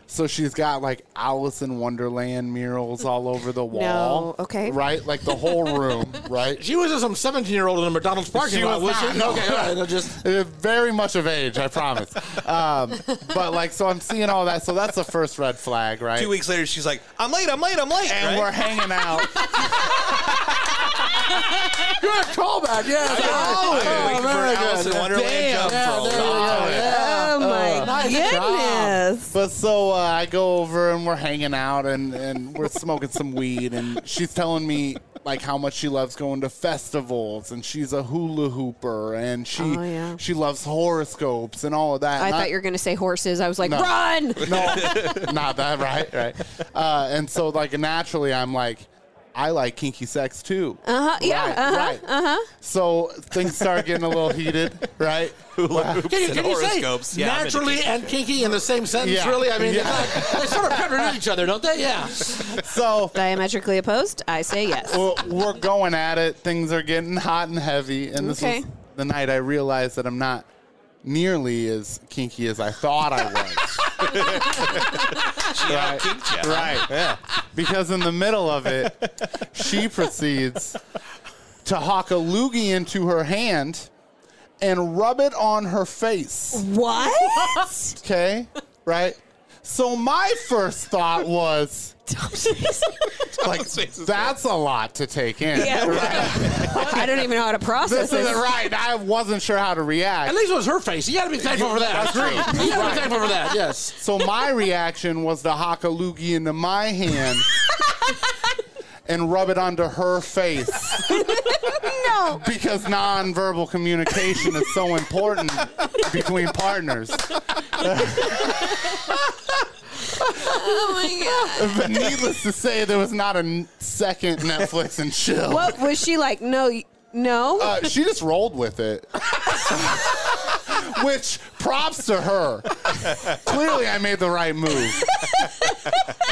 D: so she's got like Alice in Wonderland murals all over the wall.
E: okay.
D: Right? Like the whole room, right?
C: She was some 17 year old in a McDonald's parking
D: She
C: lot,
D: was
C: was she?
D: not, no.
C: Okay, all right. I just.
D: Uh, very much of age, I promise. um, but like, so I'm seeing all that. So that's the first red flag, right?
B: Two weeks later, she's like, "I'm late. I'm late. I'm late."
D: and
B: right?
D: we're hanging out.
C: Good callback. Yeah.
B: I know. I've been
C: Oh,
B: waiting for an
C: very good.
B: Alice in Wonderland
C: Damn,
B: jump
C: yeah,
B: for a
C: there you
B: long
C: go,
B: time.
D: Oh,
C: yeah.
E: Oh,
D: uh,
E: my goodness.
D: Um, But so uh, I go over and we're hanging out and, and we're smoking some weed and she's telling me like how much she loves going to festivals and she's a hula hooper and she
E: Oh, yeah.
D: she loves horoscopes and all of that.
E: I
D: And
E: thought you were gonna say horses. I was like,
D: No.
E: run.
D: no, not that right, right. Uh, and so like naturally, I'm like, I like kinky sex too. Uh huh.
E: yeah,
D: Right.
E: uh-huh,
D: Right. Uh huh. So things start getting a little heated, right?
C: Can you, can
B: And
C: you
B: horoscopes.
C: say
B: Yeah, I'm into
C: naturally
B: kinky
C: and kinky in the same sentence?
D: Yeah.
C: Really? I mean,
D: Yeah.
C: it's like, they sort of contradict each other, don't they? Yeah.
D: So
E: Diametrically opposed. I say yes.
D: we're, we're going at it. Things are getting hot and heavy. And this
E: Okay.
D: was the night I realized that I'm not nearly as kinky as I thought I was.
B: She out kinked ya.
D: right.
B: Yeah.
D: because in the middle of it, she proceeds to hawk a loogie into her hand and rub it on her face.
E: What?
D: Okay? Right? So my first thought was like that's a lot to take in.
E: Yeah. I don't even know how to
D: This
E: process this.
D: isn't right. I wasn't sure how to react.
C: At least it was her face. You got to be thankful for
D: That's
C: that.
D: true.
C: You got to be thankful for that. Yes.
D: So my reaction was to hock a loogie into my hand and rub it onto her face. no. Because nonverbal communication is so important between partners.
E: Oh my god.
D: But needless to say, there was not a n- second Netflix and chill.
E: What was she like? No, y- no.
D: Uh, she just rolled with it. Which props to her. Clearly, I made the right move.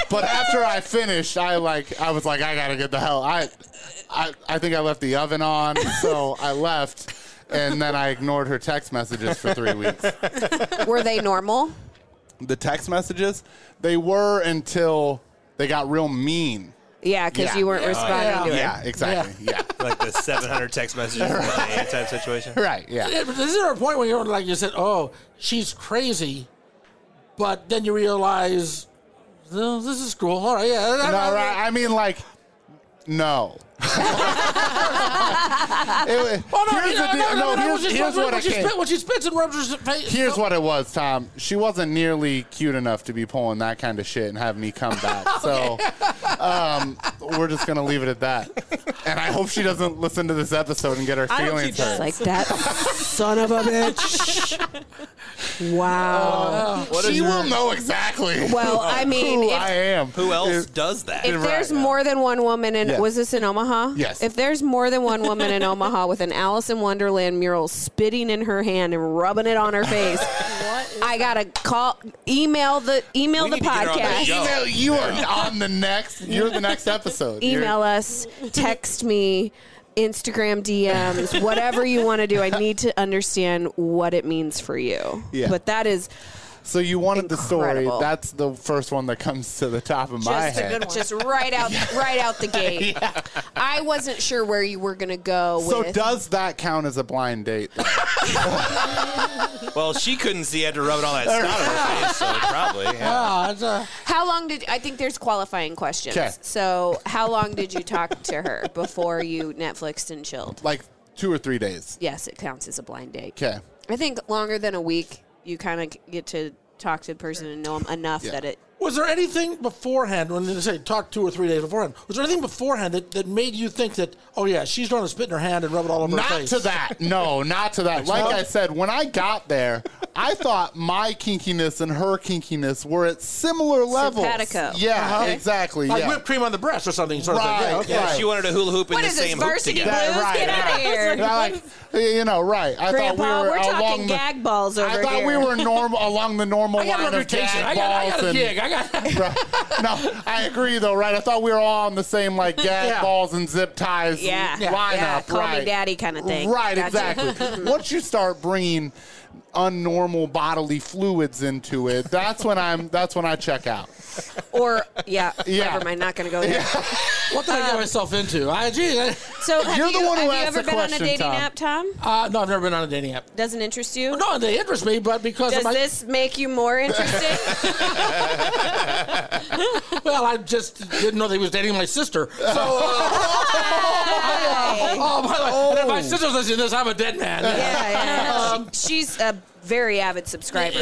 D: But after I finished, I like I was like I gotta get the hell. I I, I think I left the oven on, so I left, and then I ignored her text messages for three weeks.
E: Were they normal?
D: The text messages they were until They got real mean.
E: Yeah, because
D: Yeah.
E: you weren't
D: Yeah.
E: responding
C: Yeah.
E: to it.
D: Yeah, exactly. Yeah.
B: like the 700 text messages from the AA type situation.
D: Right. Yeah.
C: Yeah, but is there a point when you're like you said, "Oh, she's crazy," but then you realize, "No, this is cool. All right, yeah."
D: No, right. I mean, like, no. It wa-
C: Oh no,
D: here's
C: no,
D: the
C: no,
D: deal-
C: no, no,
D: no,
C: no,
D: here's-
C: when she-
D: here's
C: when-
D: what I
C: when she
D: came.
C: spit- When she spits and rubs her face.
D: Here's what it was, Tom. She wasn't nearly cute enough to be pulling that kind of shit and having me come back. So um, we're just going to leave it at that. And I hope she doesn't listen to this episode and get her
F: I hope she
D: feelings
E: It's
D: hurt.
E: like that son of a bitch. Wow.
D: She will know exactly.
E: Well, I mean,
D: who
E: if-
D: I am.
B: Who else
D: It-
B: does that?
E: if there's
D: yeah.
E: more than one woman in,
D: Yeah.
E: was this in Omaha?
D: Yes.
E: If there's more than one woman in Omaha with an Alice in Wonderland mural spitting in her hand and rubbing it on her face, I gotta call, email the email
B: We
E: the
B: need to get her on the
E: podcast.
B: show.
D: Email, you are on the next. You're the next episode. You're-
E: email us, text me, Instagram DMs, whatever you want to do. I need to understand what it means for you.
D: Yeah.
E: But that is
D: So you wanted the
E: Incredible.
D: story. That's the first one that comes to the top of my
E: just a
D: head.
E: good one. Just right out right out the gate. I wasn't sure where you were gonna go
D: So
E: with
D: does that count as a blind date? though?
B: well, she couldn't see. I had to rub it all that snot on her face, so probably. Yeah.
C: Ah, it's, uh,
E: how long did I think there's qualifying questions.
D: 'Kay.
E: So how long did you talk to her before you Netflixed and chilled?
D: like two or three days.
E: Yes, it counts as a blind date.
D: Okay.
E: I think longer than a week, you kind of get to talk to the person and know them enough that it
C: was there anything beforehand when they say talk two or three days beforehand? Was there anything beforehand that, that made you think that, "Oh yeah, she's going to spit in her hand and rub it all over her
D: Not
C: face"?
D: to that. No, not to that. Like I said, when I got there, I thought my kinkiness and her kinkiness were at similar levels.
E: Simpatico. Uh-huh.
D: Yeah,
E: Okay.
D: exactly.
C: like
D: yeah.
C: whipped cream on the breast or something, sort of thing.
D: Right,
C: Yeah, okay.
D: yeah.
B: She wanted a hula hoop in
E: What
B: the
E: is this
B: same hoop
E: varsity
B: together.
E: blues?
D: That- right,
E: Get out of
D: right.
E: here,
D: And I, like, you know, right. I
E: Grandpa.
D: thought we were,
E: are talking
D: along the,
E: gag balls over
D: I thought
E: here.
D: we were norm along the normal
C: I got
D: line of
C: reputation.
D: gag
C: I got, I
D: balls
C: got a
D: and-
C: gig. I got.
D: Right. No, I agree though, right? I thought we were all on the same like gag
C: Yeah.
D: balls and zip ties
E: Yeah,
D: lineup,
E: yeah, call me
D: right?
E: daddy kinda thing.
D: Right,
E: Gotcha.
D: exactly. Once you start bringing unnormal bodily fluids into it, that's when I'm. That's when I check out.
E: or yeah,
D: Yeah.
E: never mind. Not going to go there.
C: What did I get myself into? I, gee, I-
E: So have
D: You're
E: you,
D: the one who
E: have you
D: asked
E: ever
D: the
E: been on a
D: question,
E: dating
D: Tom.
E: app, Tom?
C: uh, no, I've never been on a dating app.
E: Doesn't interest you?
C: No, they interest me, but because
E: Does
C: of my,
E: this make you more interested?
C: well, I just didn't know that he was dating my sister. So, uh, I, uh, oh, by the way, and if my sister's listening to this, I'm a dead man.
E: yeah, yeah.
D: Um,
E: She- she's a very avid subscriber.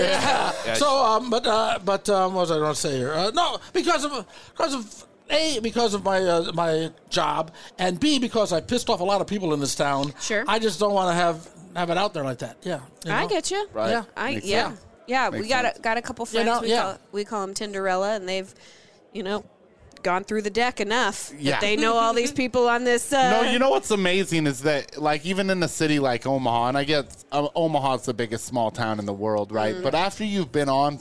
C: So, um, but uh, but um, what was I going to say here? Uh, no, because of because of a because of my uh, my job, and b because I pissed off a lot of people in this town.
E: Sure.
C: I just don't want to have have it out there like that. Yeah, you
E: I
C: know?
E: get you.
D: Right.
C: Yeah.
E: I
D: Makes
E: yeah
D: sense.
E: yeah. we
D: Makes
E: got a,
D: sense.
E: got a couple friends.
C: know,
E: we
C: yeah.
E: call we call them Tinderella, and they've you know gone through the deck enough. that
D: Yeah.
E: they know all these people on this.
D: No,
E: Uh,
D: you know what's amazing is that, like, even in a city like Omaha, and I guess uh, Omaha's the biggest small town in the world, right?
E: Mm-hmm.
D: But after you've been on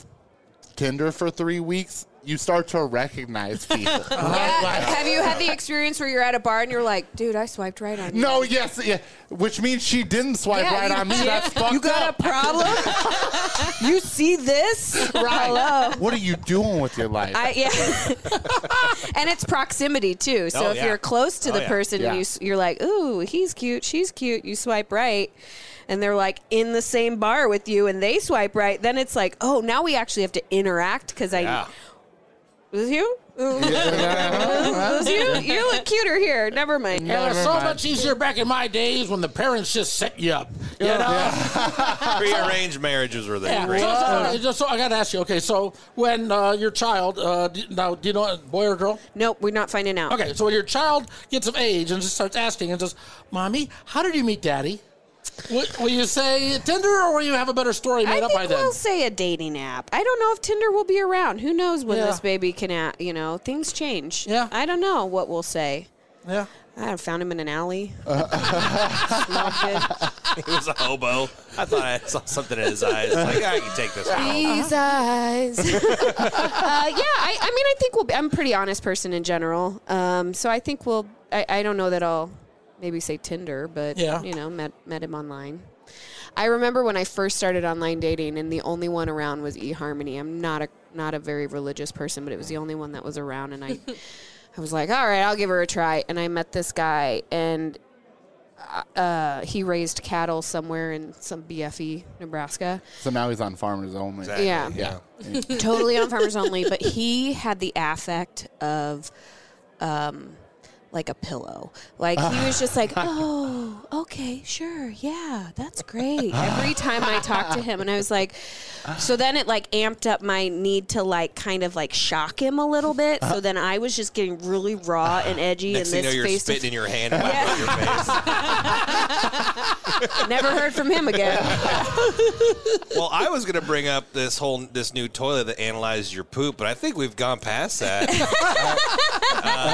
D: Tinder for three weeks, you start to recognize people.
E: Yeah. Have you had the experience where you're at a bar and you're like, dude, I swiped right on you.
D: No, yes, yeah, which means she didn't swipe
E: Yeah,
D: right
E: you-
D: on me. That's fucked
E: You got
D: up.
E: a problem? you see this?
D: right.
E: Hello.
D: What are you doing with your life?
E: I, yeah. and it's proximity too. So
B: Oh,
E: if
B: yeah.
E: you're close to
B: Oh,
E: the
B: yeah.
E: person,
D: Yeah.
E: you s- you're like, ooh, he's cute, she's cute. You swipe right, and they're like in the same bar with you, and they swipe right. Then it's like, oh, now we actually have to interact because I
B: Yeah.
E: was you. Ooh, was you. You look cuter here. Never mind.
C: It
D: Never
C: was so
D: mind.
C: much easier back in my days when the parents just set you up. You know?
B: Prearranged marriages were there.
C: Yeah.
B: Great. Uh,
C: So, so, okay, so- so I got to ask you. Okay, so when uh, your child uh, do, now, do you know a boy or girl?
E: Nope, we're not finding out.
C: Okay, so when your child gets of age and just starts asking and says, "Mommy, how did you meet Daddy?" Will, will you say Tinder, or will you have a better story
E: I
C: made up
E: think
C: by then?
E: we'll say a dating app. I don't know if Tinder will be around. Who knows when
C: Yeah.
E: this baby can, a- you know, things change.
C: Yeah.
E: I don't know what we'll say.
C: Yeah.
E: I found him in an alley. Small kid.
B: It was a hobo. I thought I saw something in his eyes. Like, I can take this one.
E: These eyes. uh, yeah, I, I mean, I think we'll. Be, I'm a pretty honest person in general, um, so I think we'll. I, I don't know that I'll maybe say Tinder, but
C: Yeah.
E: you know, met met him online. I remember when I first started online dating, and the only one around was eHarmony. I'm not a not a very religious person, but it was the only one that was around, and I. I was like, all right, I'll give her a try. And I met this guy, and uh, he raised cattle somewhere in some BFE, Nebraska.
D: So now he's on farmers only.
B: Exactly,
E: Yeah.
B: yeah.
E: totally on farmers only, but he had the affect of um like a pillow. Like he was just like, "Oh, okay, sure. Yeah, that's great." Every time I talked to him and I was like so then it like amped up my need to like kind of like shock him a little bit. So then I was just getting really raw and edgy
B: Uh-huh. Next thing
E: and
B: you know,
E: this
B: you're
E: face to
B: spitting in your hand and wiping it on your face.
E: never heard from him again.
B: Well, I was going to bring up this whole this new toilet that analyzes your poop, but I think we've gone past that.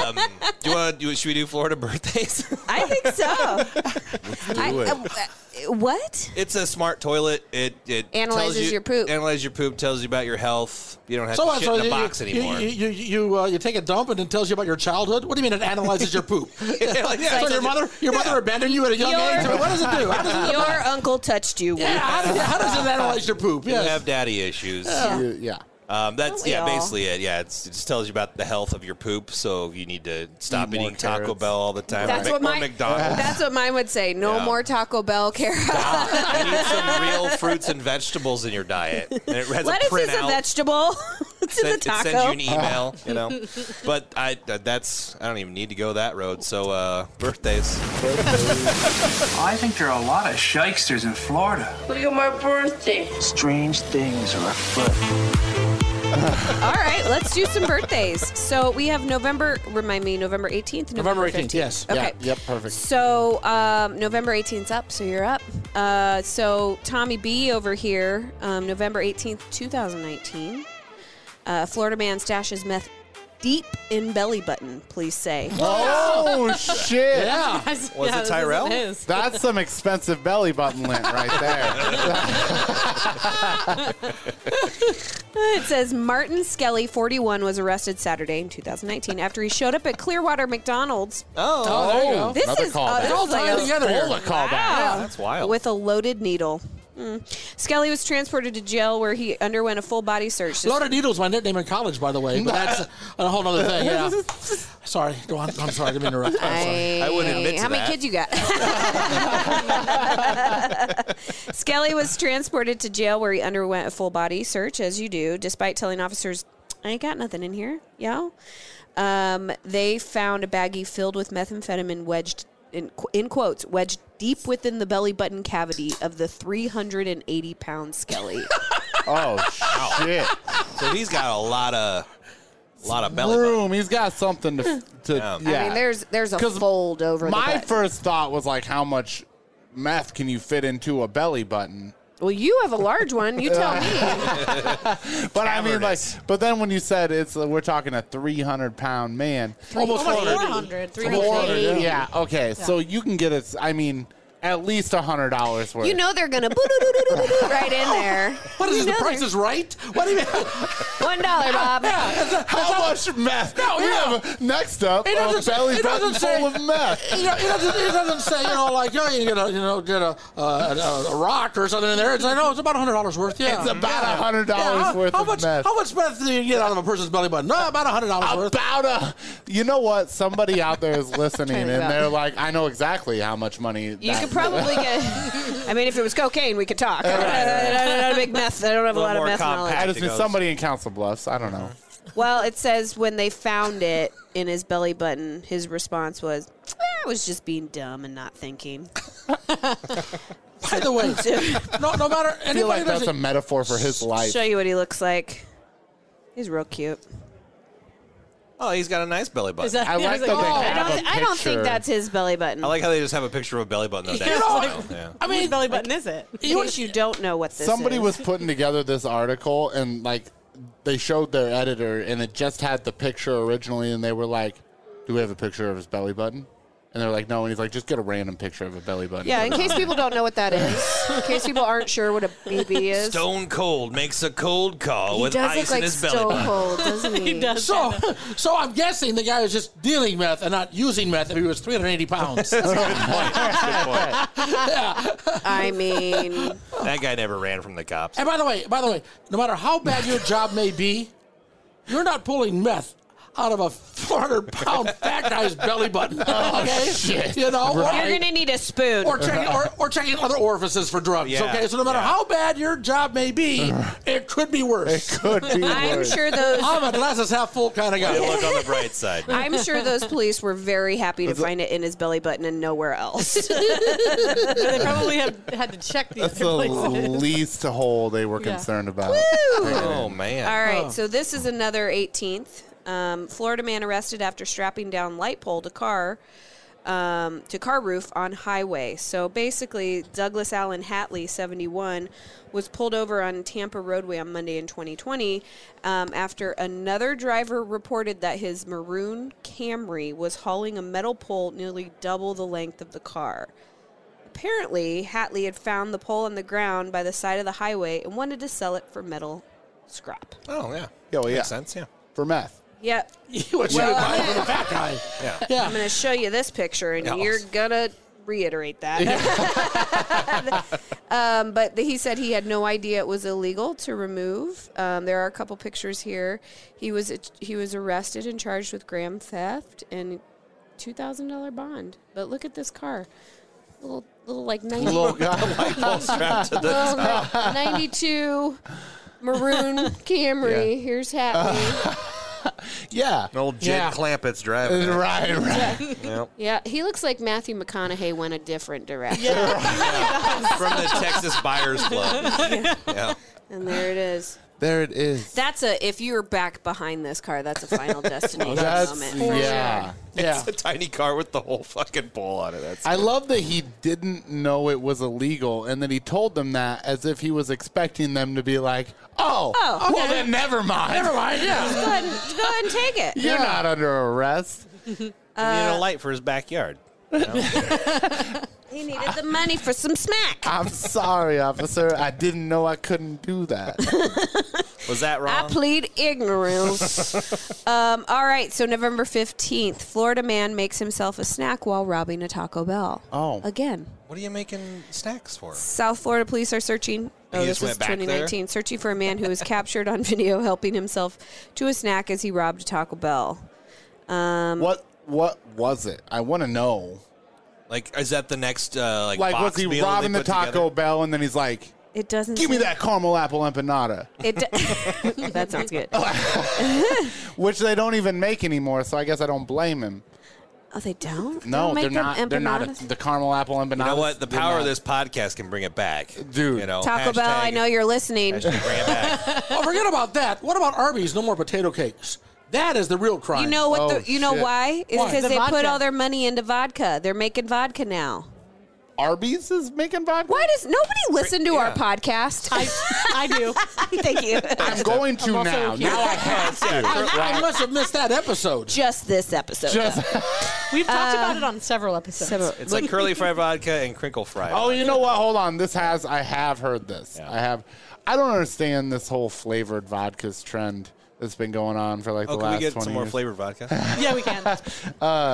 B: um, do you want? to Should we do Florida birthdays?
E: I think so. I,
D: it.
E: uh, what?
B: it's a smart toilet. It it
E: Analyzes
B: tells you,
E: your poop.
B: Analyzes your poop. Tells you about your health. You don't have
C: So
B: to
C: what?
B: shit
C: So
B: in a
C: you,
B: box
C: you,
B: anymore.
C: You you you, uh, you take a dump and it tells you about your childhood. What do you mean it analyzes your poop?
B: like, yeah,
C: so
B: so
C: your
B: you-
C: mother your mother abandoned you at a young
E: Your-
C: age. What does it do? How does it,
E: Your uncle touched you.
C: yeah, how, does, how does it analyze your poop?
B: you
C: Yes.
B: have daddy issues.
D: You- yeah.
B: Um, that's
E: Don't we
B: yeah,
E: all?
B: basically it. Yeah, it's, it just tells you about the health of your poop, so you need to stop
D: Eat more
B: eating Taco
D: carrots.
B: Bell all the time.
E: That's
B: or,
E: what
B: Mc- or
E: my-
B: McDonald's.
E: That's what mine would say. No
B: Yeah.
E: more Taco Bell, Kara.
B: I need some real fruits and vegetables in your diet. And it has a
E: Lettuce is
B: printout.
E: a vegetable. it's in
B: Send-
E: the
B: It
E: taco.
B: sends you an email, you know. But I, th- that's I don't even need to go that road. So uh, birthdays.
H: I think there are a lot of shysters in Florida.
I: Look at my birthday.
H: Strange things are afoot.
E: All right, let's do some birthdays. So we have November. Remind me, November eighteenth.
C: November 18th, yes.
E: Okay.
D: Yeah. Yep. Perfect.
E: So um, November 18th's up, so you're up. Uh, so Tommy B over here, um, November 18th, 2019. Uh, Florida man stashes meth deep in belly button, police say.
D: Oh shit!
C: Yeah.
F: Was
B: it Tyrell?
D: That's some expensive belly button lint right there.
E: It says Martin Skelly, 41, was arrested Saturday in 2019 after he showed up at Clearwater McDonald's.
B: Oh,
C: there you go.
E: This
D: Another
E: is uh,
D: callback.
E: this
D: It's all
E: is like
C: tied
E: a-
C: together here.
D: Full of callbacks.
E: Wow.
B: that's wild.
E: With a loaded needle. Mm. Skelly was transported to jail where he underwent a full body search. Just-
C: Loaded Needle's my nickname in college, by the way. But that's a whole other thing. Yeah. sorry. Go on. I'm sorry. I didn't mean to interrupt. I'm sorry.
E: I,
B: I wouldn't admit to
E: How many
B: that.
E: kids you got? Skelly was transported to jail where he underwent a full body search, as you do, despite telling officers, I ain't got nothing in here, yo. Um, they found a baggie filled with methamphetamine wedged, in, qu- in quotes, wedged deep within the belly button cavity of the 380 pound Skelly.
D: Oh shit!
B: so he's got a lot of lot of belly button.
D: Room. He's got something to. to yeah.
E: I mean, there's there's a
D: 'Cause
E: fold over the
D: My
E: button.
D: first thought was like, how much meth can you fit into a belly button?
E: well, you have a large one. You tell me.
D: But I mean, like,
B: Cavernous.
D: but then when you said it's, we're talking a 300 pound man.
C: Almost 400.
F: 400.
D: Yeah.
F: 380.
D: okay. So you can get it. I mean, at least a hundred dollars worth.
E: You know they're gonna boo-doo-doo-doo-doo-doo right in there.
C: What is
E: You
C: it? The
E: know
C: price
E: they're-
C: is right? What do you mean?
E: One dollar, Bob.
D: how much meth?
C: No,
D: we
C: yeah.
D: have next up
C: It
D: a
C: doesn't say-
D: belly
C: it
D: button
C: doesn't say-
D: full of meth.
C: You know, it, doesn't, it doesn't say, you know, like, oh, you get a, you know, get a, uh, a, a rock or something in there. It's like, no, it's about $100 worth. Yeah.
D: It's about a
C: Yeah.
D: hundred
C: Yeah,
D: dollars
C: how-
D: worth
C: how
D: of
C: much,
D: meth.
C: How much meth do you get out of a person's belly button? No, about $100 worth.
D: about a, you know what? Somebody out there is listening,
E: Trying
D: and
E: to go.
D: they're like, "I know exactly how much money."
E: You
D: that-
E: could probably get. I mean, if it was cocaine, we could talk. I don't, I don't have a big meth. I don't have a,
B: little
E: lot of
B: more
E: meth
D: I
B: compact.
E: knowledge.
D: just knew
B: goes-
D: somebody in Council Bluffs. I don't know.
E: Well, it says when they found it in his belly button, his response was, "Eh, "I was just being dumb and not thinking."
C: By the way, no, no matter
D: I feel
C: anybody
D: like
C: does
D: that's
C: it,
D: a metaphor for his life.
E: Show you what he looks like. He's real cute.
B: Oh, he's got a nice belly button.
F: Is that-
D: I
F: was
D: like that
F: oh,
D: they
E: I
D: have
E: don't.
D: a
E: I don't
D: picture.
E: think that's his belly button.
B: I like how they just have a picture of a belly button.
F: Yeah,
B: Yeah,
F: like-
B: yeah.
F: I mean, belly button is it?
E: in case you don't know what this
D: Somebody
E: is.
D: was putting together this article, and like they showed their editor, and it just had the picture originally, and they were like, "Do we have a picture of his belly button?" And they're like, no. And he's like, just get a random picture of a belly button.
E: Yeah, in case people don't know what that is, in case people aren't sure what a BB is,
B: Stone Cold makes a cold call
E: he
B: with
E: does
B: ice
E: look like
B: in his belly
E: Stone
B: button.
E: Cold, doesn't he?
F: He does.
C: So, so I'm guessing the guy was just dealing meth and not using meth if he was 380 pounds.
E: I mean,
B: That guy never ran from the cops.
C: And by the way, by the way, no matter how bad your job may be, you're not pulling meth out of a 400 pound fat guy's belly button. Okay,
B: Oh,
C: you know, or-
E: you're gonna need a spoon.
C: or, checking or, or checking other orifices for drugs.
B: Yeah,
C: Okay, so no matter
B: yeah. Uh.
C: how bad your job may be, it could be worse.
D: Could be
E: I'm
D: worse.
E: sure those.
C: I'm a glass is half full kind of
B: You
C: guy.
B: look on the bright side.
E: I'm sure those police were very happy to find it in his belly button and nowhere else.
F: they probably have had to check the
D: That's
F: other
D: the
F: places.
D: least hole they were
F: Yeah.
D: concerned about.
B: Oh man.
E: All right, so this is another 18th. Um, Florida man arrested after strapping down light pole to car um, to car roof on highway. So basically, Douglas Allen Hatley, 71, was pulled over on Tampa roadway on Monday in 2020 um, after another driver reported that his maroon Camry was hauling a metal pole nearly double the length of the car. Apparently, Hatley had found the pole on the ground by the side of the highway and wanted to sell it for metal scrap.
B: Oh yeah.
D: Yeah, well, yeah.
B: Makes sense. Yeah.
D: For meth.
E: Yep.
C: What you would buy from a fat guy.
B: Yeah.
E: I'm going to show you this picture, and
B: Yeah.
E: you're going to reiterate that. um, but he said he had no idea it was illegal to remove. Um, there are a couple pictures here. He was he was arrested and charged with grand theft and two thousand dollar bond. But look at this car, little little like ninety
D: Little guy.
B: All strapped to the
E: Well, ni- 92 maroon Camry. Here's Happy.
D: yeah.
B: old Jed
C: Yeah.
B: Clampett's driving. it.
D: Right, right.
E: yeah, he looks like Matthew McConaughey went a different direction.
B: From the Texas Buyers Club. Yeah.
E: And there it is.
D: There it is.
E: That's a if you're back behind this car, that's a final destination moment.
D: yeah.
C: Yeah.
B: It's a tiny car with the whole fucking pole on it. That's
D: I love that he didn't know it was illegal, and that he told them that as if he was expecting them to be like, "Oh,
E: Oh,
D: well
E: okay.
D: then, never mind.
C: Never mind. Yeah.
E: Go ahead, and- go ahead and take it.
D: You're not under arrest."
B: he needed a light for his backyard.
E: He needed the money for some smack.
D: I'm sorry, officer. I didn't know I couldn't do that.
B: Was that
E: I
D: Uh-huh.
B: wrong?
E: plead ignorance. um, all right, so November 15th, Florida man makes himself a snack while robbing a Taco Bell.
D: Oh.
E: Again.
B: what are you making snacks for?
E: South Florida police are searching. Oh,
B: He
E: this
B: just
E: is
B: went back there?
E: 2019. Searching for a man who was captured on video helping himself to a snack as he robbed a Taco Bell. Um,
D: what? What was it? I want to know.
B: Like, is that the next uh, like?
D: Like,
B: box
D: was he
B: meal they
D: robbing the
B: put
D: Taco
B: together?
D: Bell, and then he's like,
E: It doesn't.
D: "Give me
E: say-
D: that caramel apple empanada,"
E: It do- that sounds good. Oh,
D: which they don't even make anymore. So I guess I don't blame him.
E: Oh, they don't. They
D: No,
E: don't make
D: they're
E: them
D: not. They're not
E: empanadas?
D: a, the caramel apple empanadas.
B: You know what? The
D: they're
B: power of
D: not-
B: this podcast can bring it back,
D: Dude.
B: You know,
E: Taco Bell.
B: Oh, hashtag-
E: I know you're listening.
B: hashtag Bring it back.
C: Oh, forget about that. What about Arby's? No more potato cakes. That is the real crime.
E: You know what?
D: Oh,
E: the, you know
D: shit.
E: why? It's
C: Why?
E: because
C: The
E: they put
F: vodka.
E: all their money into vodka. They're making vodka now.
D: Arby's is making vodka.
E: Why does nobody listen to our
B: Yeah.
E: podcast?
F: I, I do.
E: Thank you.
D: I'm going to
F: I'm also
D: now.
F: here.
D: Now I have to.
C: I, I must have missed that episode.
E: Just this episode.
D: Just-
E: though.
F: We've talked about it on several episodes.
E: Several-
B: It's like curly fry vodka and crinkle fry.
D: oh, you know what? Hold on. This has I have heard this.
B: Yeah.
D: I have. I don't understand this whole flavored vodkas trend that's been going on for like
B: Oh,
D: the
B: can
D: last
B: we get
D: 20
B: some more
D: years.
B: flavored vodka?
F: Yeah, we can.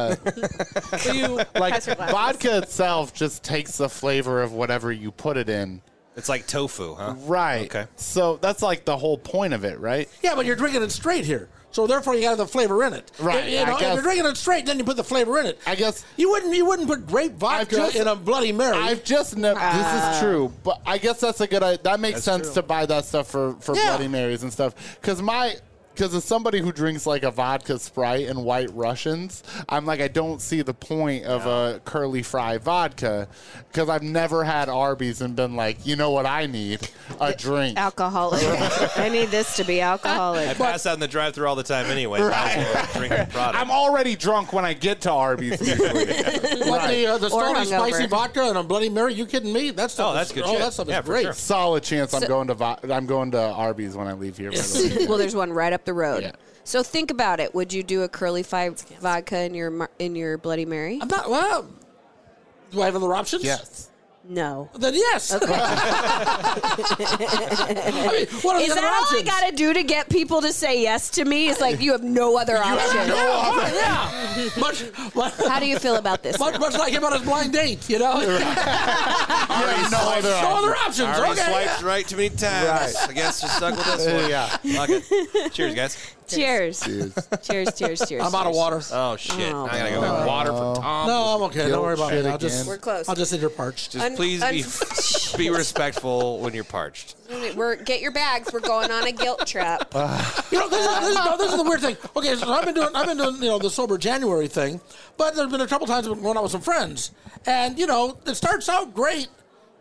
F: Will you
D: Like
F: pass your glasses?
D: vodka itself just takes the flavor of whatever you put it in.
B: it's like tofu, huh?
D: Right.
B: Okay.
D: So that's like the whole point of it, right?
C: Yeah, but you're drinking it straight here. So therefore, you got to have the flavor in it.
D: Right,
C: You, you
D: I
C: know, if
D: guess-
C: you're drinking it straight, then you put the flavor in it.
D: I guess-
C: you wouldn't. You wouldn't put grape vodka
D: just-
C: in a Bloody Mary.
D: I've just never.
C: Ah.
D: this is true, but I guess that's a good. i- That makes
B: That's
D: sense
B: true.
D: to buy that stuff for for
C: Yeah.
D: Bloody Marys and stuff. Because my because as somebody who drinks like a vodka Sprite and White Russians, I'm like I don't see the point of a curly fry vodka because I've never had Arby's and been like, you know what I need a drink.
E: alcoholic. I need this to be
B: I
E: alcoholic.
B: pass out in the drive-through all the time anyway. Might as well drink the product.
D: I'm already drunk when I get to Arby's. usually.
C: What the uh, the
E: Or
C: Stony spicy
E: hungover.
C: vodka and a Bloody Mary? You kidding me? That stuff.
B: Oh, that's
C: is,
B: good
C: Oh,
B: shit.
C: that stuff
B: Yeah,
C: is
B: for
C: great.
B: sure.
D: Solid chance I'm going to vo- I'm going to Arby's when I leave here. for the weekend.
E: Well, there's one right up the the road.
D: Yeah.
E: So think about it. Would you do a curly five vodka in your mar- in your Bloody Mary?
C: I'm not. Well, do I have other options?
D: Yes.
E: No.
C: Then yes. I mean, what are the
E: Is
C: other
E: that all I
C: options?
E: gotta do to get people to say yes to me? Is like you have no other option.
C: yeah. Much, much,
E: How do you feel about this?
C: much, much like him on his blind date, you know?
D: Yeah, no other
C: no
D: option.
C: other options.
B: Already
C: okay.
B: swiped right too many times. I guess just stuck with this one.
D: Yeah.
B: Fuck it. Cheers, guys.
E: Cheers.
D: Dude,
E: Cheers, cheers, cheers.
C: I'm out of water.
B: Oh shit!
E: Oh,
B: I gotta go get water for Tom.
C: no, I'm okay. Don't
D: Um, guilt
C: worry about
D: shit
C: it. I'll just,
D: again. We're
E: close.
C: I'll just interparched.
B: Just
E: Un-
B: please
E: un-
B: be be respectful when you're parched.
E: We're get your bags. We're going on a guilt trip.
C: You know, this is, this, is, no, this is the weird thing. Okay, so I've been doing, I've been doing, you know, the sober January thing, but there's been a couple times I've been going out with some friends, and you know, it starts out great,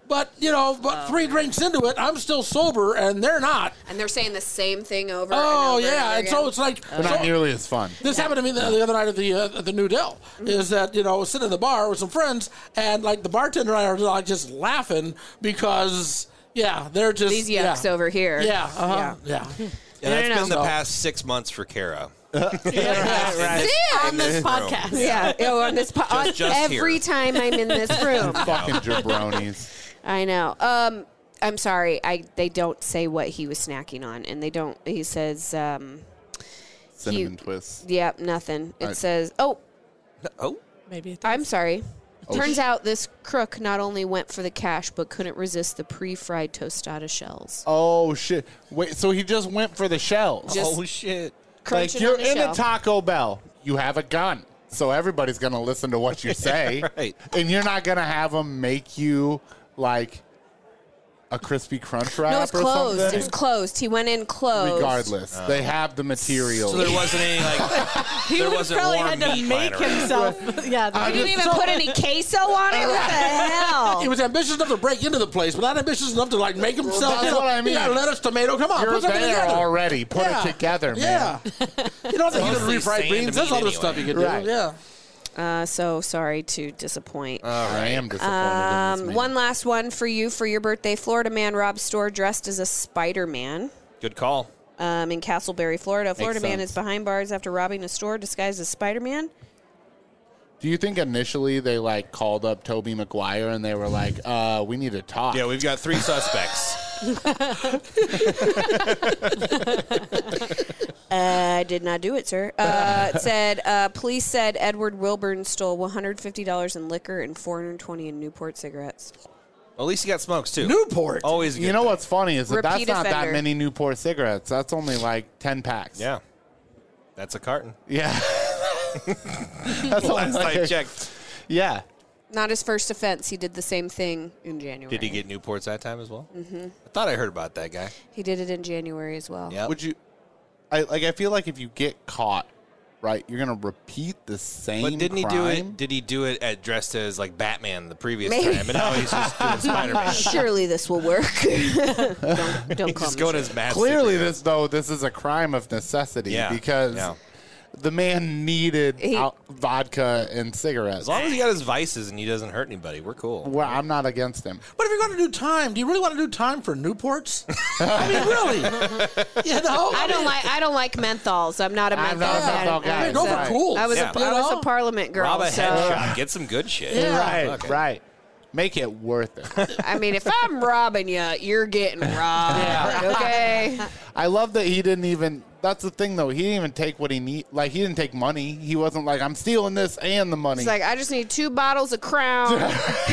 C: but you know, but three drinks into it, I'm still sober, and they're not.
E: and they're saying the same thing over.
C: Oh
E: and over
C: yeah,
E: and
C: and
E: over
C: so
E: again.
C: it's like
D: They're
C: so-
D: not nearly as fun.
C: This happened to me the, the other night at the uh, at the New Dell. Is that you know I was sitting at the bar with some friends and like the bartender and I are like just laughing because yeah they're just
E: These yucks
C: yeah.
E: over here.
C: Yeah, uh-huh, yeah, yeah.
B: And that's been the
C: So-
B: past six months for Kara.
F: on this podcast.
E: Yeah, you know, on this po- on-
B: just
E: every
B: here.
E: time I'm in this room,
D: Fucking jabronis.
E: I know. Um, I'm sorry. I they don't say what he was snacking on, and they don't. He says, um,
D: Cinnamon
E: You-
D: twists.
E: "Yep, nothing." It
D: I-
E: says, "Oh,
B: Oh,
F: Maybe it
E: I'm sorry." Turns
D: Oh, sh-
E: out this crook not only went for the cash, but couldn't resist the pre-fried tostada shells.
D: Oh shit! Wait, so he just went for the shells.
B: oh shit!
E: Crunching
D: like
E: on
D: you're
E: the
D: in
E: shell.
D: a Taco Bell, you have a gun, so everybody's gonna listen to what you say,
B: Right.
D: and you're not gonna have them make you like a crispy crunch wrap.
E: No, it's
D: or
E: closed.
D: something?
E: It's closed. He went in closed.
D: Regardless, they have the material.
B: So there wasn't any like
F: He
B: there
F: would
B: wasn't
F: probably
B: warm
F: had to
B: meat
F: make
B: lying around.
F: himself. yeah,
E: He didn't even
C: So-
E: put any queso on it. What the hell?
C: He was ambitious enough to break into the place, but not ambitious enough to like make himself.
D: that's
C: you know,
D: what I
C: you
D: mean.
C: got lettuce, tomato. Come on,
D: You're
C: "Oh, put something
D: there
C: together.
D: already. Put
C: Yeah.
D: it together,
C: Yeah,
D: man.
C: you don't think you
B: Mostly
C: did refried
B: sand
C: beans. There's
B: meat
C: other stuff you
B: anyway.
D: Right.
C: could do. Yeah,
E: Uh, so sorry to disappoint.
D: I am disappointed. in this
E: Um,
D: man.
E: one last one for you for your birthday. Florida man robs store dressed as a Spider Man
B: Good call.
E: um, in Castleberry, Florida. Florida man
D: sense.
E: is behind bars after robbing a store disguised as Spider Man.
D: Do you think initially they like called up Toby McGuire and they were like, uh, "We need to talk"?
B: Yeah, we've got three suspects.
E: I did not do it, sir. Uh, it said uh, police said Edward Wilburn stole $150 in liquor and 420 in Newport cigarettes.
B: At least you got smokes too.
C: Newport.
B: Always. a
D: you
B: good
D: know
B: thing.
D: what's funny is that that's
E: Repeat
D: not that
E: offender.
D: many Newport cigarettes. That's only like ten packs.
B: Yeah, that's a carton.
D: Yeah. That's all
B: Last
D: like-
B: I checked.
D: Yeah.
E: Not his first offense. He did the same thing in January.
B: Did he get Newports that time as well? Mm-hmm. I thought I heard about that guy.
E: He did it in January as well.
B: Yeah.
D: Would you? I like. I feel like if you get caught, right, you're gonna repeat the same.
B: But didn't he do
D: crime.
B: it? Did he do it at dressed as like Batman the previous
E: Maybe.
B: time, and now he's just doing Spider Man?
E: Uh, Surely this will work. don't don't call
B: Just
E: me.
B: going as master.
D: Clearly, this though, this is a crime of necessity
B: Yeah,
D: because
B: yeah.
D: the man needed
E: He-
D: al- vodka and cigarettes.
B: As long as he got his vices and he doesn't hurt anybody, we're cool.
D: Well, I'm not against him.
C: But if you're going to do time, do you really want to do time for Newports? I mean, really? You know?
E: I don't
C: mean,
E: like I don't like menthols. I'm not a
D: I'm
E: menthol.
D: not a
E: fan.
D: menthol guy.
E: I was
D: Go
E: a-
D: for
C: cool.
E: I was
B: Yeah.
E: a, I was a parliament girl.
B: Rob a
E: so
B: headshot. Get some good shit.
D: Right,
B: Okay.
D: right. Make it worth it.
E: I mean, if I'm robbing you, you're getting robbed. Okay.
D: I love that he didn't even. That's the thing, though. He didn't even take what he need. Like he didn't take money. He wasn't like I'm stealing this and the money.
E: It's like I just need two bottles of Crown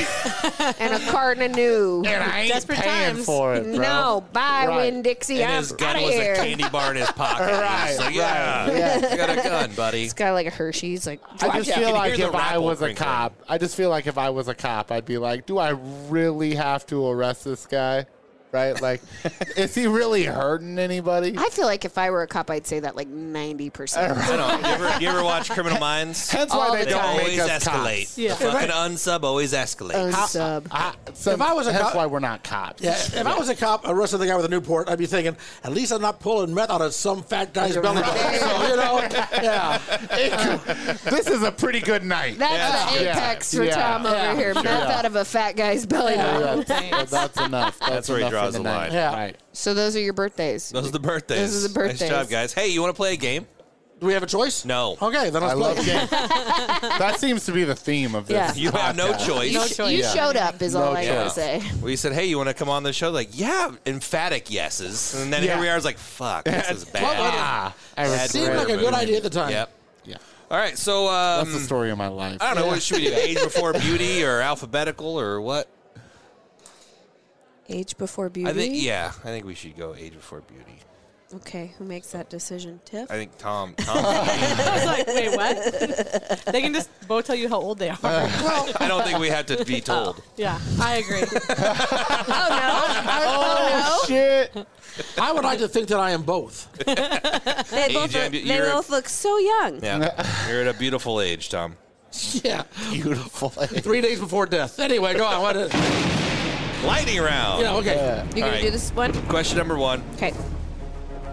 E: and a carton of New.
D: and I ain't
F: Desperate
D: paying
F: times.
D: for it, bro.
E: No, bye,
D: Right.
E: Win Dixie.
B: And
E: I'm
B: his
E: out
B: gun
E: of
B: was
E: here.
B: a candy bar in his pocket.
D: Right,
B: So
D: right,
B: yeah,
D: yeah.
B: you got a gun, buddy.
E: It's got like a Hershey's. Like
D: I just
B: You
D: feel
B: can
D: like
B: hear the
D: if I
B: rattle
D: was a
B: crinkling.
D: cop, I just feel like if I was a cop, I'd be like, do I really have to arrest this guy? Right? Like, is he really hurting anybody?
E: I feel like if I were a cop, I'd say that like ninety percent.
B: I know. You ever, you ever watch Criminal Minds?
D: That's
E: all
D: why they
E: the
D: don't
E: time.
D: make
B: always
D: us
B: escalate.
D: cops.
F: Yeah.
B: The fucking unsub always
E: Uh,
B: escalates.
E: Sub.
D: I, so
C: If I was a
D: that's
C: cop-
D: why we're not cops.
C: Yeah, if I was a cop arresting the guy with a Newport, I'd be thinking, at least I'm not pulling meth out of some fat guy's belly button. So, you know, yeah.
D: this is a pretty good night.
E: That's
D: Yeah.
E: the apex for
D: Yeah.
E: Tom over
D: Yeah.
E: here.
D: Sure.
E: Meth out of a fat guy's belly.
D: that's, that's enough. That's,
B: where he
D: enough
B: draws
D: in
B: the
D: the
B: line.
D: night.
C: Yeah.
D: Right.
E: So those are your birthdays.
B: Those are the birthdays.
E: Those are the
B: Nice
E: birthdays.
B: job, guys. Hey, you want to play a game?
C: Do we have a choice?
B: No.
C: Okay, then
D: I
C: let's play.
D: love games. that seems to be the theme of this.
E: Yeah.
B: You have no
D: podcast.
B: choice.
E: You,
F: No
E: sh-
F: choice.
E: you
F: Yeah.
E: showed up is all
D: No
E: I
D: choice.
E: gotta say.
B: We said, hey, you want to come on the show? Like, yeah, emphatic yeses. And then here
D: Yeah.
B: we are. It's like, fuck, this is bad.
D: Ah, I
B: Bad
D: regret
C: Seemed
B: career
C: like a
B: move.
C: good idea at the time.
B: Yep.
D: Yeah.
B: All right, so um,
D: That's the story of my life.
B: I don't know. What should we do? Age before beauty, or alphabetical, or what?
E: Age before beauty.
B: I think yeah. I think we should go age before beauty.
E: Okay, who makes that decision? Tiff.
B: I think Tom. Tom.
F: I was like, wait, what? they can just both tell you how old they are.
B: I don't think we have to be told.
F: yeah, I agree.
D: Oh, shit.
C: I would like to think that I am both.
E: They both,
B: Age
E: are-
B: and-
E: they
B: you're-
E: both look so young.
B: Yeah, you're at a beautiful age, Tom.
C: yeah.
D: Beautiful.
C: Three days before death. Anyway, go on. What is,
B: Lightning round.
C: yeah, okay.
E: You gonna
B: All right.
E: do this one?
B: Question number one:
E: Okay.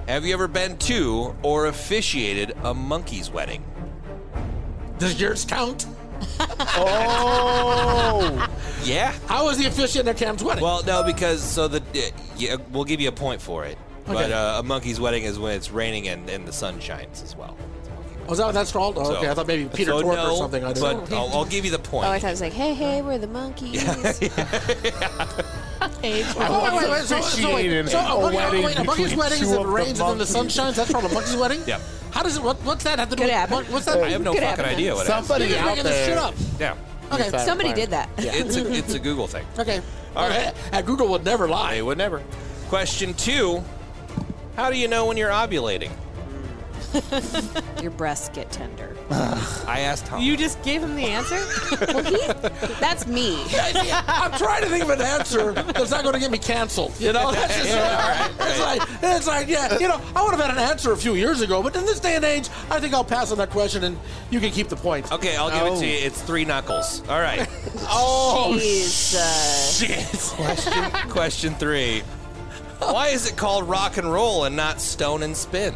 B: Have you ever been to or officiated a monkey's wedding?
C: Does yours count?
D: oh.
B: Yeah.
C: I was the officiant at Cam's wedding.
B: Well, no, because so the uh, yeah, we'll give you a point for it. But
C: Okay.
B: uh, a monkey's wedding is when it's raining and, and the sun shines as well. It's a monkey wedding.
C: was that what that's called? Oh, okay,
B: So-
C: I thought maybe Peter
B: so
C: Tork
B: no,
C: or something. I don't
B: but I'll, I'll give you the point.
E: Oh, I thought it was like, hey, hey, we're the monkeys.
F: Age.
C: Oh, wait, wait, wait. So, so,
D: Officiating
C: wait, so
D: a
C: a, monkey,
D: wedding
C: oh, wait, a monkey's
D: between
C: wedding
D: two
C: is if
D: of
C: it
D: the
C: rains and then the sun
D: monkeys.
C: shines. That's called a monkey's wedding.
B: Yep.
C: How does it? What, what's that have to do?
E: Could
C: with,
E: happen.
C: What, what's that?
B: I have no
E: Could
B: fucking
E: happen.
B: idea what it
D: Somebody
C: You're
D: out
C: making this shit
D: there.
C: up.
B: is. Yeah.
C: Okay.
D: Sorry.
E: Somebody did that.
B: It's a it's a Google thing.
C: Okay.
B: All right.
C: Uh, Google would never
B: They
C: lie.
B: would never. Question two: How do you know when you're ovulating?
E: Your breasts get tender.
B: I asked Tom.
F: You just gave him the answer?
E: That's me.
C: I'm trying to think of an answer that's not going to get me canceled. You know, that's just it's like it's like yeah. You know, I would have had an answer a few years ago, but in this day and age, I think I'll pass on that question, and you can keep the point.
B: okay, I'll give it
D: Oh.
B: to you. It's three knuckles. All right.
C: Oh.
E: Jesus.
B: question question three: Why is it called rock and roll and not stone and spin?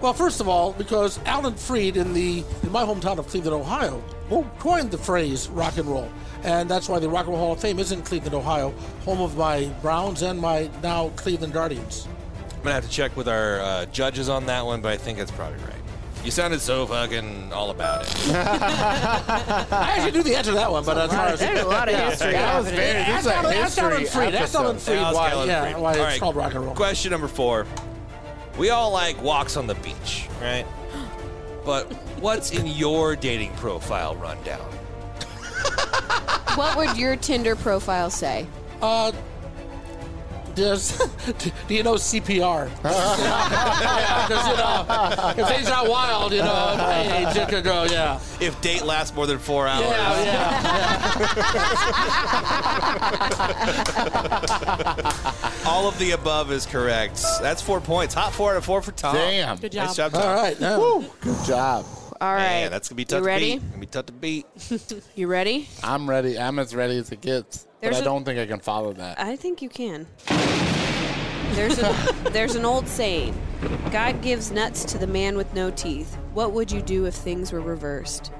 C: Well, first of all, because Alan Freed in the in my hometown of Cleveland, Ohio, who coined the phrase rock and roll, and that's why the Rock and Roll Hall of Fame is in Cleveland, Ohio, home of my Browns and my now Cleveland Guardians.
B: I'm gonna have to check with our uh, judges on that one, but I think that's probably right. You sounded so fucking all about it.
C: I actually knew the answer to that one, but as far as
E: There's a lot of history.
D: That was very. This is
C: Ask
D: a
C: Alan, ask Alan
D: history
C: Freed. Ask Alan
D: episode.
C: Freed
B: Ask
C: why,
B: Alan
C: yeah,
B: Freed.
C: why
B: All
C: it's
B: right.
C: called rock and roll.
B: Question number four: We all like walks on the beach, right? But what's in your dating profile rundown?
E: What would your Tinder profile say?
C: Uh, does do you know CPR? yeah, 'cause, you know, if things are wild, you know, hey, hey, chick could go, yeah. Oh,
B: If date lasts more than four hours,
C: Yeah, yeah.
B: all of the above is correct. That's four points. Hot four out of four for Tom.
D: Damn.
F: Good job.
B: Nice job, Tom.
C: All right. yeah.
D: Good job.
E: All right.
B: Man, that's gonna be tough
E: You
B: to
E: ready?
B: beat. Gonna be tough to beat.
E: You ready?
D: I'm ready. I'm as ready as it gets. But
E: There's
D: I
E: a-
D: don't think I can follow that.
E: I think you can. There's a there's an old saying. God gives nuts to the man with no teeth. What would you do if things were reversed?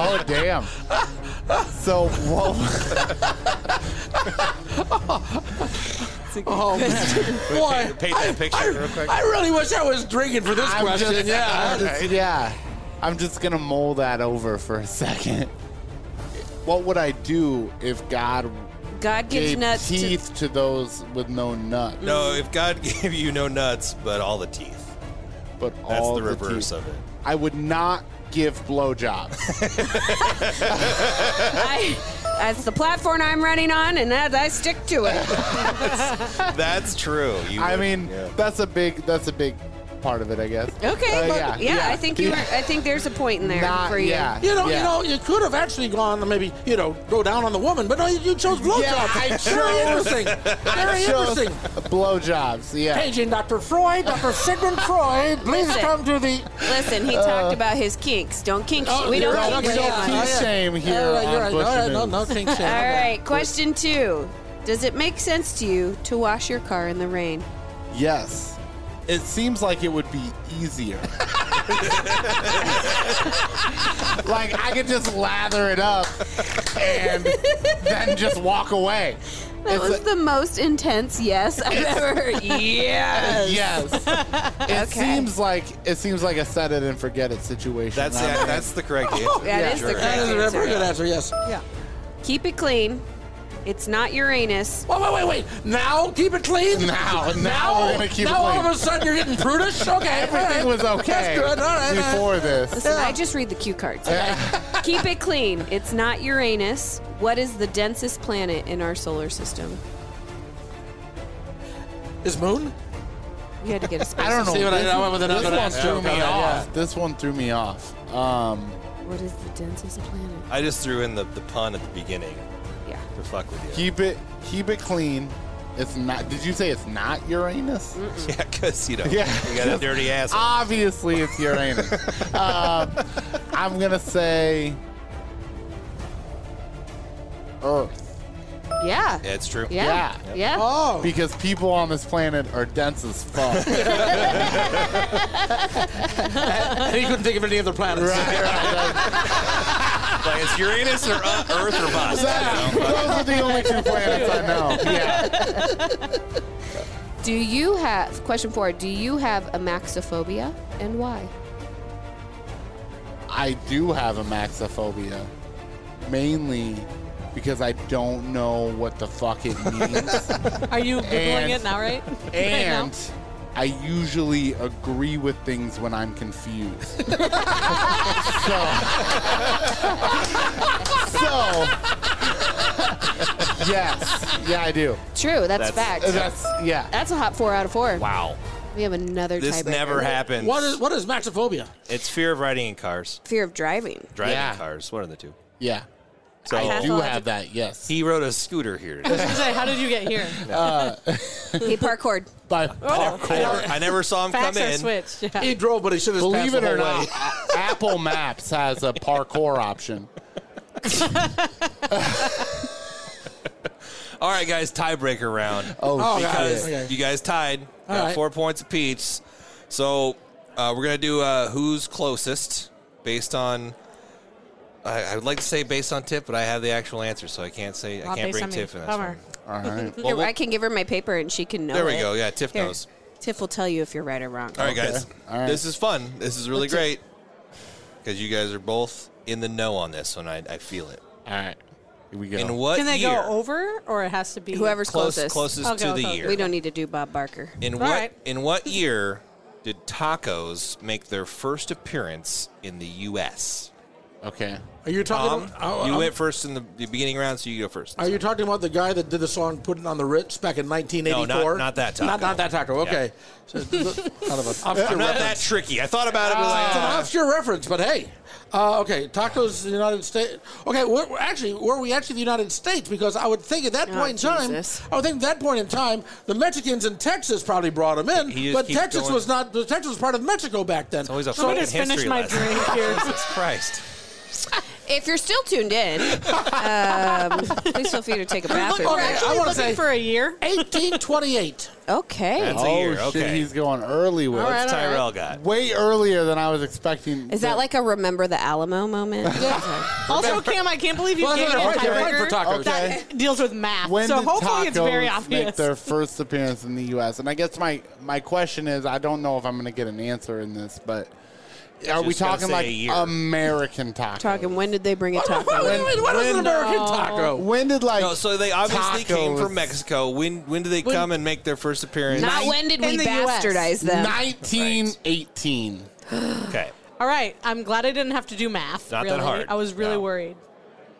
D: Oh damn. So what?
C: Oh, boy.
B: Paint that picture real quick.
C: I really wish I was drinking for this
D: I'm
C: question.
D: just,
C: yeah.
D: I'm just- yeah. I'm just gonna mull that over for a second. What would I do if God
E: God gives
D: gave
E: nuts to
D: teeth to... those with no nut,
B: No, if God gave you no nuts, but all the teeth.
D: but
B: That's
D: all
B: the reverse
D: teeth?
B: of it.
D: I would not give blowjobs.
E: I, that's the platform I'm running on, and that, I stick to it.
B: That's true. You
D: I
B: would-
D: mean,
B: yeah.
D: that's a big that's a big part of it, I guess.
E: Okay,
D: Uh,
E: well, yeah, I think you. Were, I think there's a point in there
D: Not-
E: for you.
D: yeah.
C: You know,
D: yeah.
C: you know, you could have actually gone maybe, you know, go down on the woman, but no, you, you chose blowjobs.
D: Yeah, I
C: Very
D: chose-
C: interesting. Very
D: Shows
C: interesting.
D: blowjobs. Yeah.
C: Paging Dr. Freud, Dr. Sigmund Freud, please
E: Listen.
C: come to the.
E: Listen, he talked about his kinks. Don't kink. sh-
C: Oh,
E: we
C: you're
E: don't
C: right,
E: kink
C: okay,
E: shame
C: yeah.
E: on
D: King
C: Oh,
E: you.
D: shame here
C: All right,
D: on
C: you're right.
D: Bush
C: All right, no,
D: News.
C: no, king shame.
E: All right, question two. Does it make sense to you to wash your car in the rain?
D: Yes. It seems like it would be easier. like I could just lather it up and then just walk away.
E: That was the most intense yes I've ever heard. Yes.
D: Yes. It seems like it seems like a set it and forget it situation.
B: That's the,
D: Not-
B: that's the correct answer.
E: Oh, That is the
B: Sure.
E: correct
C: That is a
E: answer.
C: very good answer, yes.
F: Yeah.
E: Keep it clean. It's not Uranus.
C: Wait, wait, wait, wait. Now, keep it clean?
D: Now, now we're gonna keep it
C: Now all
D: clean.
C: of a sudden you're getting prudish? Okay.
D: everything was okay
C: That's good, all right.
D: before this.
E: Listen, I just read the cue cards. okay? Keep it clean. It's not Uranus. What is the densest planet in our solar system?
C: Is Moon?
E: You had to get a space.
D: I don't know.
C: See what I-
D: this
C: I went with another
D: this one
C: answer.
D: threw me
C: Okay,
D: off.
C: yeah.
D: This one threw me off. Um,
E: What is the densest planet?
B: I just threw in the, the pun at the beginning
E: Yeah.
B: to fuck with you.
D: keep it keep it clean. It's not. Did you say it's not Uranus?
B: Yeah, because, you know,
D: Yeah. Ah.
B: you got a dirty ass.
D: Obviously, it's Uranus. um, I'm gonna say Earth
E: Yeah.
B: Yeah, it's true.
E: Yeah.
D: Yeah.
E: Yeah.
C: Oh.
D: because people on this planet are dense as fuck. Right,
C: And he couldn't think of any other planets.
D: right,
B: Like, it's Uranus or uh, Earth or Mars.
D: right. Those are the only two planets I know. Yeah.
E: Do you have question four? Do you have amaxophobia and why?
D: I do have a maxophobia, mainly because I don't know what the fuck it means.
F: Are you googling
D: And-
F: it now, right?
D: And I usually agree with things when I'm confused. so, so, yes, yeah, I do.
E: True. That's, fact.
D: That's yeah.
E: That's a hot four out of four.
B: Wow.
E: We have another
B: This
E: tiebreaker.
B: never happens.
C: What is what is maxophobia?
B: It's fear of riding in cars,
E: Fear of driving.
B: driving
D: Yeah.
B: cars. One of the two.
D: Yeah,
B: So
D: I do
E: Pathologic-
D: have that. Yes,
B: he rode a scooter here. today.
F: I was gonna say, how did you get here?
E: He parkoured.
D: by
B: I never, I never saw him
F: Facts
B: come
F: are
B: in.
F: switched. Yeah.
C: He drove, but he should have
D: believe it
C: the
D: or
C: whole
D: not,
C: way.
D: A- Apple Maps has a parkour option.
B: All right, guys, tiebreaker round.
D: Oh,
C: Oh, God.
B: because
C: Okay.
B: you guys tied. Got
C: right.
B: four points apiece. So uh, we're gonna do uh, who's closest based on. I, I would like to say based on Tiff, but I have the actual answer, so I can't say I
F: Not
B: can't
F: Uh, based
B: bring
F: on me.
B: Tiff in. This
F: Bummer.
B: one.
D: all right.
B: Well, we'll-
E: I can give her my paper and she can know.
B: there we
E: it.
B: go. Yeah, Tiff
E: Here.
B: knows.
E: Tiff will tell you if you're right or wrong.
B: All right, guys.
D: All right.
B: This is fun. This is really great because you guys are both in the know on this one. I, I feel it.
D: All right. Here we go.
B: In what
F: Can they
B: year?
F: go over, or it has to be
E: Whoever's
B: Close,
E: closest.
B: closest
F: Okay,
B: to the
F: okay.
B: year.
E: We don't need to do Bob Barker.
B: In
F: All
B: what
F: right.
B: in what year did tacos make their first appearance in the U.S.?
D: okay.
C: Are you
B: Um,
C: talking? about,
B: you
C: Oh, I'm-
B: went first in the, the beginning round, so you go first.
C: Are you talking about the guy that did the song "Putting on the Ritz" back in 1984?
B: not that taco.
C: Not, not that taco.
B: Yeah.
C: Okay. So, th- kind of an
B: I'm not
C: obscure reference.
B: that tricky. I thought about it. but like,
C: It's an obscure reference, but hey. Uh, okay, tacos in the United States. Okay, we're, we're actually, were we actually the United States? Because I would think at that
E: Oh,
C: point in time,
E: Jesus.
C: I would think at that point in time, the Mexicans in Texas probably brought them
B: He
C: in,
B: just
C: but
B: keeps
C: Texas
B: going.
C: was not. Texas was part of Mexico back then.
B: it's always a
F: Let me
B: fucking
F: just finish
B: history
F: my
B: lesson.
F: drink here.
B: Jesus Christ.
E: If you're still tuned in, um, please feel free to take a bathroom.
F: We're
C: Okay, I
E: break.
F: actually
C: wanna
F: looking
C: say-
F: for a year.
C: 1828.
E: Okay.
B: That's a
D: oh
B: year.
D: shit,
B: okay.
D: he's going early with.
E: All right,
B: What's
E: all right.
B: Tyrell got?
D: Way earlier than I was expecting.
E: Is that like a remember the Alamo moment?
F: Also, Cam, I can't believe you
C: Well,
F: gave
C: that's
F: me
C: right,
F: a
C: they're right for
F: tiebreaker
C: tacos.
D: Okay.
F: that deals with math.
D: when
F: so
D: did
F: hopefully it's very
D: tacos make
F: obvious.
D: their first appearance in the U.S.? And I guess my my question is, I don't know if I'm going to get an answer in this, but are we
B: Just gotta
D: talking
B: say
D: like
B: a year.
D: American tacos?
E: Talking. When did they bring a
C: Wait,
E: taco?
C: wait, wait, what is an
D: when-
C: American
F: No.
C: taco?
D: When did like
B: No, so they obviously came
D: tacos-
B: from Mexico. When when did they come and make their first appearance?
E: Not when did
F: in
E: we
F: the US.
E: bastardize them?
D: 1918?
B: okay.
F: All right, I'm glad I didn't have to do math.
B: Not that
F: really.
B: hard.
F: I was really
B: No.
F: worried.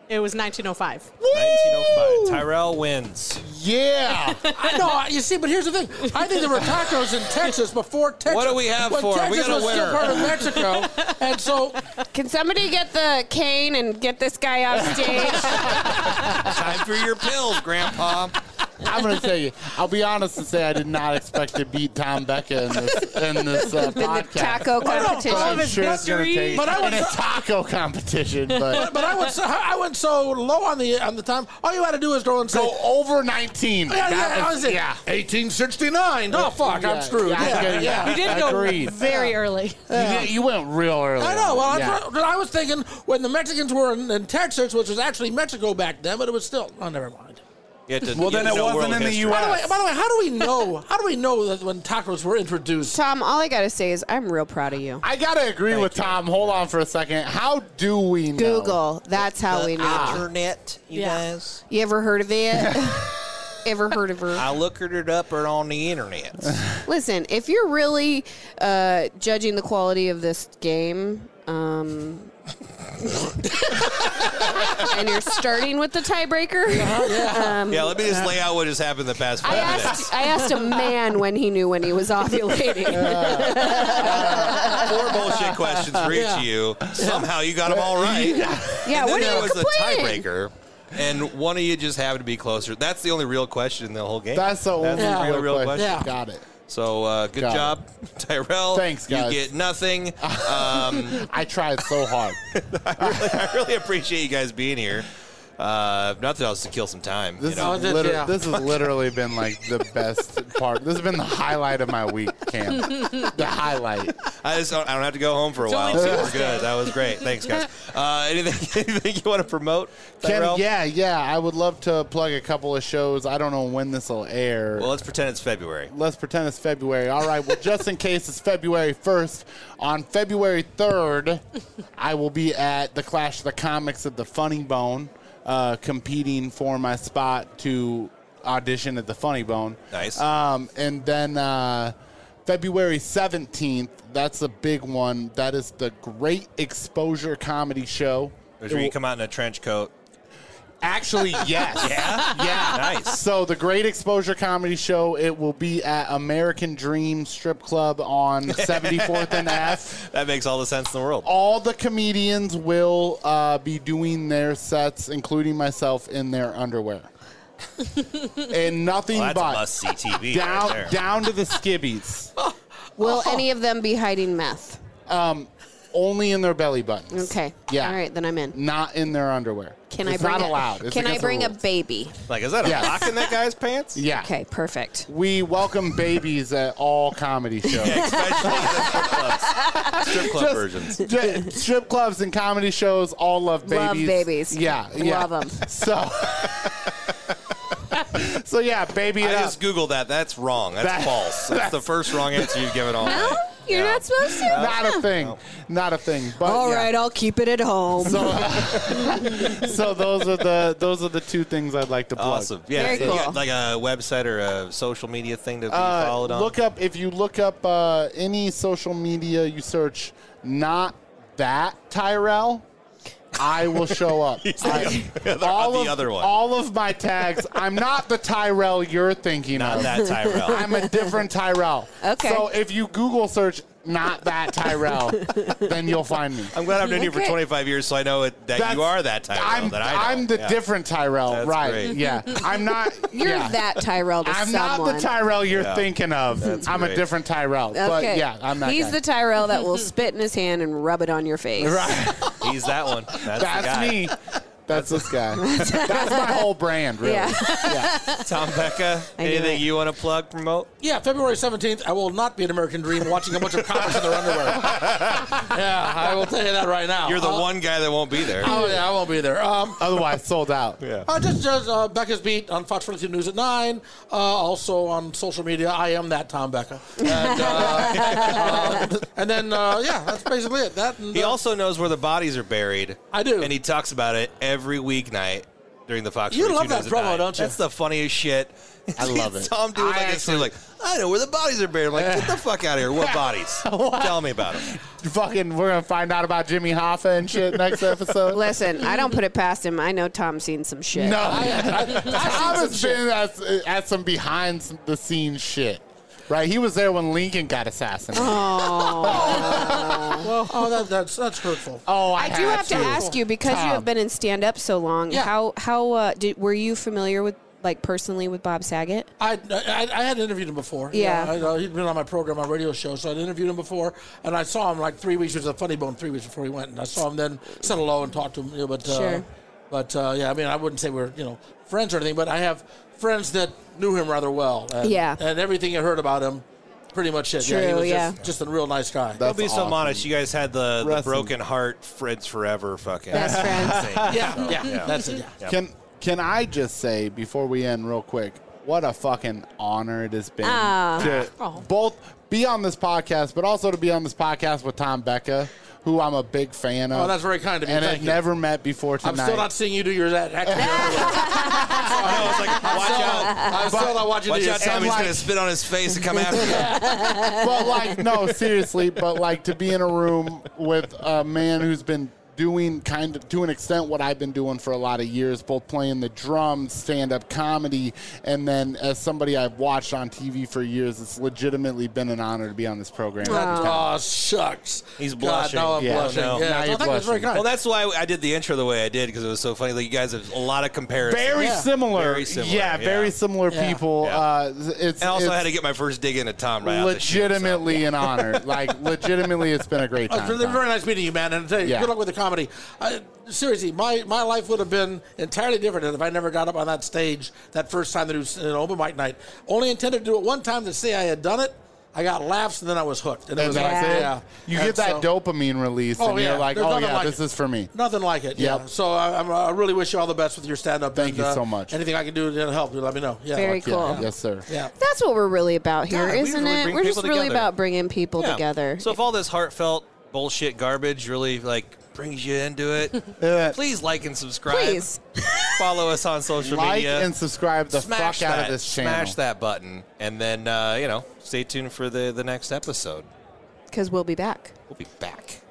F: It was 1905.
B: 1905. Tyrell wins.
D: Yeah,
C: I know. You see, but here's the thing. I think there were tacos in Texas before Texas.
B: What do we have
C: when
B: for it? We
C: Texas
B: got a
C: was still
B: winner.
C: part of Mexico, and so
E: Can somebody get the cane and get this guy off stage?
B: Time for your pills, Grandpa.
D: I'm gonna say I'll be honest and say I did not expect to beat Tom Becca in this in this uh,
E: the
D: podcast.
E: taco competition.
D: But I'm sure it's gonna take
C: But I would-
D: in a taco competition, but
C: But I went so I went so low on the on the time. All you had to do is go and say. "Oh,
D: go over 19.
C: yeah,
D: That
C: yeah, I
D: was-
C: was in
D: yeah.
C: 1869. Oh fuck, I'm
D: Yeah,
C: screwed.
D: yeah,
C: Yeah,
D: yeah,
C: yeah.
F: You did go
D: Agreed.
F: very early.
D: You, did- you went real early.
C: I know. Well, I,
D: Yeah.
C: thought- I was thinking when the Mexicans were in, in Texas, which was actually Mexico back then, but it was still. Oh, never mind.
B: You had to-
I: Well,
B: you had
I: then it
B: no
I: wasn't
B: world
I: in the
B: history.
I: US.
C: By the way, by the way, how do we know? How do we know that when tacos were introduced?
E: Tom, all I gotta say is I'm real proud of you.
D: I gotta agree with Tom. Hold on for a second. How do we know?
E: Google. That's how we know.
I: Internet, you
F: Yeah.
I: guys.
E: You ever heard of it? ever heard of
B: Uh.
E: her?
I: I looked it up or on the internet.
E: Listen, if you're really uh, judging the quality of this game, um, and you're starting with the tiebreaker. Um,
B: Yeah, let me just lay out what just happened the past
E: I
B: five minutes.
E: asked I asked a man when he knew when he was ovulating.
B: Uh, Four bullshit questions for each of you. Somehow you got them all right.
E: yeah,
B: And then
E: what
B: there
E: are you
B: was a
E: complaining?
B: tiebreaker, and one of you just happened to be closer. That's the only real question in the whole game.
D: That's the only
C: Yeah.
D: real,
B: Real
D: question.
C: question.
D: Got it.
B: so uh, good
D: Got it.
B: job, Tyrell.
D: Thanks, guys.
B: You get nothing. Um,
D: I tried so hard.
B: I really appreciate you guys being here. Uh, if nothing else to kill some time. you
D: This,
B: know?
D: is
C: did-
D: liter-
C: yeah.
D: this has literally been like the best part. This has been the highlight of my week, Cam. the highlight.
B: I just don't, I don't have to go home for a while.
F: only
B: So we're good. That was great. Thanks, guys. Uh, anything anything you want to promote?
D: Ken,
B: Tyrell?
D: yeah, yeah. I would love to plug a couple of shows. I don't know when this will air.
B: Well, let's pretend it's February.
D: let's pretend it's February. All right. Well, just in case it's February 1st, on February 3rd, I will be at the Clash of the Comics at the Funny Bone, uh, competing for my spot to audition at the Funny Bone.
B: Nice.
D: Um, and then uh, February 17th, that's a big one. That is the Great Exposure Comedy Show.
B: Is where you come out in a trench coat.
D: Actually, yes.
B: Yeah?
D: Yeah.
B: Nice.
D: So the Great Exposure Comedy Show, it will be at American Dream Strip Club on 74th and F.
B: That makes all the sense in the world.
D: All the comedians will uh, be doing their sets, including myself, in their underwear. and nothing
B: Well, that's
D: but
B: must see TV.
D: down
B: right there.
D: down to the skibbies.
E: Will
B: Uh-huh.
E: any of them be hiding meth?
D: Only in their belly buttons.
E: Okay.
D: Yeah.
E: All right, then I'm in.
D: Not in their underwear.
E: Can
D: it's
E: I bring
D: not
E: a-
D: allowed. It's
E: can I
D: against the
E: bring a
D: rules.
E: baby?
B: Like, is that a
D: Yeah.
B: rock in that guy's pants?
D: Yeah.
E: Okay, perfect.
D: We welcome babies at all comedy shows.
B: Especially the strip clubs. Strip club versions.
D: J- strip clubs and comedy shows all love babies.
E: Love babies.
D: Yeah, yeah.
E: Love 'em.
D: So, so yeah, baby it
B: I
D: up.
B: just Googled that. That's wrong. That's
D: That-
B: false. That's, the first wrong answer you've given all night.
E: You're
B: Yeah.
E: not supposed to.
D: not a thing. Not a thing. But
E: All
D: oh, yeah.
E: right, I'll keep it at home.
D: So those are the those are the two things I'd like to plug.
B: Awesome. Yeah.
E: Very
B: you
E: cool.
B: got, like a website or a social media thing to be
D: Uh,
B: followed on.
D: look up if you look up uh, any social media, you search not that Tyrell. I will show up. I-
B: the other- uh, the
D: of,
B: other one.
D: All of my tags. I'm not the Tyrell you're thinking
B: Not
D: of.
B: that Tyrell.
D: I'm a different Tyrell.
E: Okay.
D: So if you Google search not that Tyrell, then you'll find me.
B: I'm glad I've known you for
E: Okay.
B: 25 years, so I know it, that
D: That's-
B: you are that Tyrell.
D: I'm,
B: that I know.
D: am the
B: Yeah.
D: different Tyrell,
B: That's
D: right?
B: great.
D: Yeah, I'm not.
E: You're
D: yeah.
E: that Tyrell to
D: I'm
E: someone.
D: not the Tyrell you're
B: Yeah.
D: thinking of. I'm
B: great.
D: a different Tyrell. But yeah, I'm not.
E: He's the Tyrell that will spit in his hand and rub it on your face.
D: right.
B: He's that one. That's, the
D: That's
B: guy.
D: me. That's this guy. That's my whole brand, really.
E: Yeah.
B: Tom Becca,
E: I knew
B: anything
E: it.
B: you want to plug, promote?
C: Yeah, February 17th, I will not be an American Dream watching a bunch of cops in their underwear. yeah, I will tell you that right now.
B: You're the
C: Uh,
B: one guy that won't be there.
C: Oh yeah, I won't be there. Um,
D: Otherwise, sold out.
B: Yeah.
C: Uh, just just uh, Becca's Beat on Fox 42 News at 9. Uh, also on social media, I am that Tom Becca. And, uh, uh, and then, uh, yeah, that's basically it. That and,
B: He
C: uh,
B: also knows where the bodies are buried.
C: I do.
B: And he talks about it every weeknight during the Fox.
C: You
B: 42
C: love that
B: News at
C: promo,
B: Nine.
C: don't you?
B: That's the funniest shit.
D: I love it.
B: Tom doing
D: I
B: like a
D: actually-
B: thing like, I know where the bodies are buried. I'm like, get the fuck out of here. What bodies? Tell me about them.
D: Fucking, we're gonna find out about Jimmy Hoffa and shit next episode.
E: Listen, I don't put it past him. I know Tom's seen some shit.
D: No, Tom has been at, at some behind the scenes shit. Right, he was there when Lincoln got assassinated. Oh,
C: oh, that, that's, that's
B: Oh,
C: hurtful.
D: Oh, I,
E: I do
D: had
E: have to ask you because
D: Tom.
E: you have been in stand up so long.
C: Yeah.
E: How how uh, did, were you familiar with like personally with Bob Saget?
C: I, I I had interviewed him before.
E: Yeah.
C: I, uh, he'd been on my program, my radio show, so I'd interviewed him before, and I saw him like three weeks. He was a funny bone three weeks before he went, and I saw him then, said hello and talked to him. You know, but uh,
E: Sure.
C: but uh, yeah, I mean, I wouldn't say we're you know friends or anything, but I have friends that knew him rather well. And,
E: Yeah.
C: and everything I heard about him, pretty much it. yeah, he
E: True,
C: was
E: yeah.
C: Just, just a real nice guy.
D: That's
B: I'll be so
D: awesome.
B: modest. You guys had the, the
D: Wrestling.
B: broken heart, Fred's forever. Fucking
E: Best friends.
B: thing.
C: yeah, yeah, that's it. Yeah.
B: Yep.
D: Can can I just say before we end real quick, what a fucking honor it has been
E: Ah.
D: to
F: Oh.
D: both be on this podcast, but also to be on this podcast with Tom Becca, who I'm a big fan of.
C: Oh, that's very kind of you.
D: And
C: Thank
D: I've
C: you.
D: never met before
C: I'm
D: tonight.
C: still not seeing you do your that. Act
B: Oh, no, it's like, watch out.
C: I'm still not watching
B: Watch
C: you.
B: out, Tommy's
D: uh, like-
B: going to spit on his face and come after you.
D: but like, no, seriously. But like, to be in a room with a man who's been doing kind of to an extent what I've been doing for a lot of years, both playing the drums, stand up comedy, and then as somebody I've watched on TV for years, it's legitimately been an honor to be on this program.
C: Oh, shucks.
B: He's
C: God,
B: blushing.
C: now I'm
B: Yeah.
C: blushing.
B: No.
C: Yeah,
D: Now
C: I
D: you're
C: think it's very
D: blushing.
C: kind.
B: Well, that's why I did the intro the way I did because it was so funny. Like you guys have a lot of comparisons.
D: Very
C: Yeah.
D: similar.
B: Very similar,
D: Yeah,
B: yeah.
D: very similar
C: Yeah.
D: people.
B: Yeah.
D: Uh, it's
B: and also
D: it's
B: I had to get my first dig into Tom right out the chute, so-
D: legitimately an honor. Like legitimately, it's been a great
C: Uh,
D: time.
C: very,
D: Tom.
C: very nice meeting you, man. And I tell you,
D: Yeah.
C: good luck with the comedy. I, seriously, my, my life would have been entirely different if I never got up on that stage that first time that it was an open mic night. Only intended to do it one time to say I had done it. I got laughs, and then I was hooked. And it
D: And
C: was
D: that's
C: like,
D: it.
C: yeah.
D: You
C: And
D: get that
C: so-
D: dopamine release,
C: Oh,
D: and
C: yeah.
D: you're like,
C: There's
D: "Oh
C: nothing
D: yeah,
C: like
D: this
C: it.
D: is for me."
C: Nothing like it. Yeah.
D: Yep.
C: So I, I'm, I really wish you all the best with your stand up.
D: Thank you so much.
C: Anything I can do to help you, let me know. Yeah.
E: Very
D: Yeah.
E: cool.
D: Yes, sir.
C: Yeah.
E: That's what we're really about here,
B: God, we
E: not
B: really
E: it?
B: bring
E: We're just
B: people
E: really
B: together.
E: about bringing people
B: Yeah.
E: together.
B: So if all this heartfelt bullshit garbage really like brings you into
D: Yeah.
B: it, please like and subscribe.
E: Please.
B: follow us on social
D: like
B: media.
D: and subscribe the
B: Smash
D: fuck out
B: that,
D: of this channel.
B: Smash that button, and then uh, you know, stay tuned for the the next episode.
E: Because we'll be back.
B: We'll be back.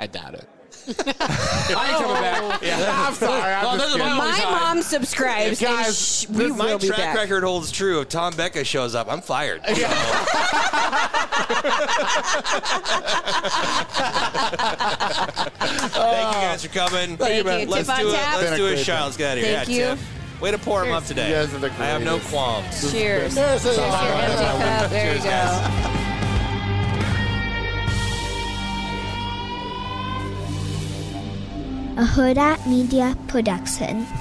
D: I doubt it.
C: I ain't coming back. Yeah. I'm sorry.
D: Oh. I'm just kidding.
E: My mom subscribes. and
D: Guys,
E: sh- we
B: my
E: will be
B: track
E: back.
B: record holds true. If Tom Becca shows up, I'm fired. Thank you guys for coming.
E: Thank you.
B: Let's
E: Tip on
B: do it.
E: tap.
D: Been
B: Let's
D: a
B: do a
D: great
B: shout.
D: day.
B: Let's get out of here.
E: Thank
B: yeah,
E: you.
B: Tiff. Way to pour them up today.
D: You guys are the
B: I have no
D: greatest.
B: qualms.
E: Cheers.
C: Cheers.
E: Cheers, your empty cup. Oh, There
B: Cheers,
E: you go.
B: guys.
J: a Huda Media production.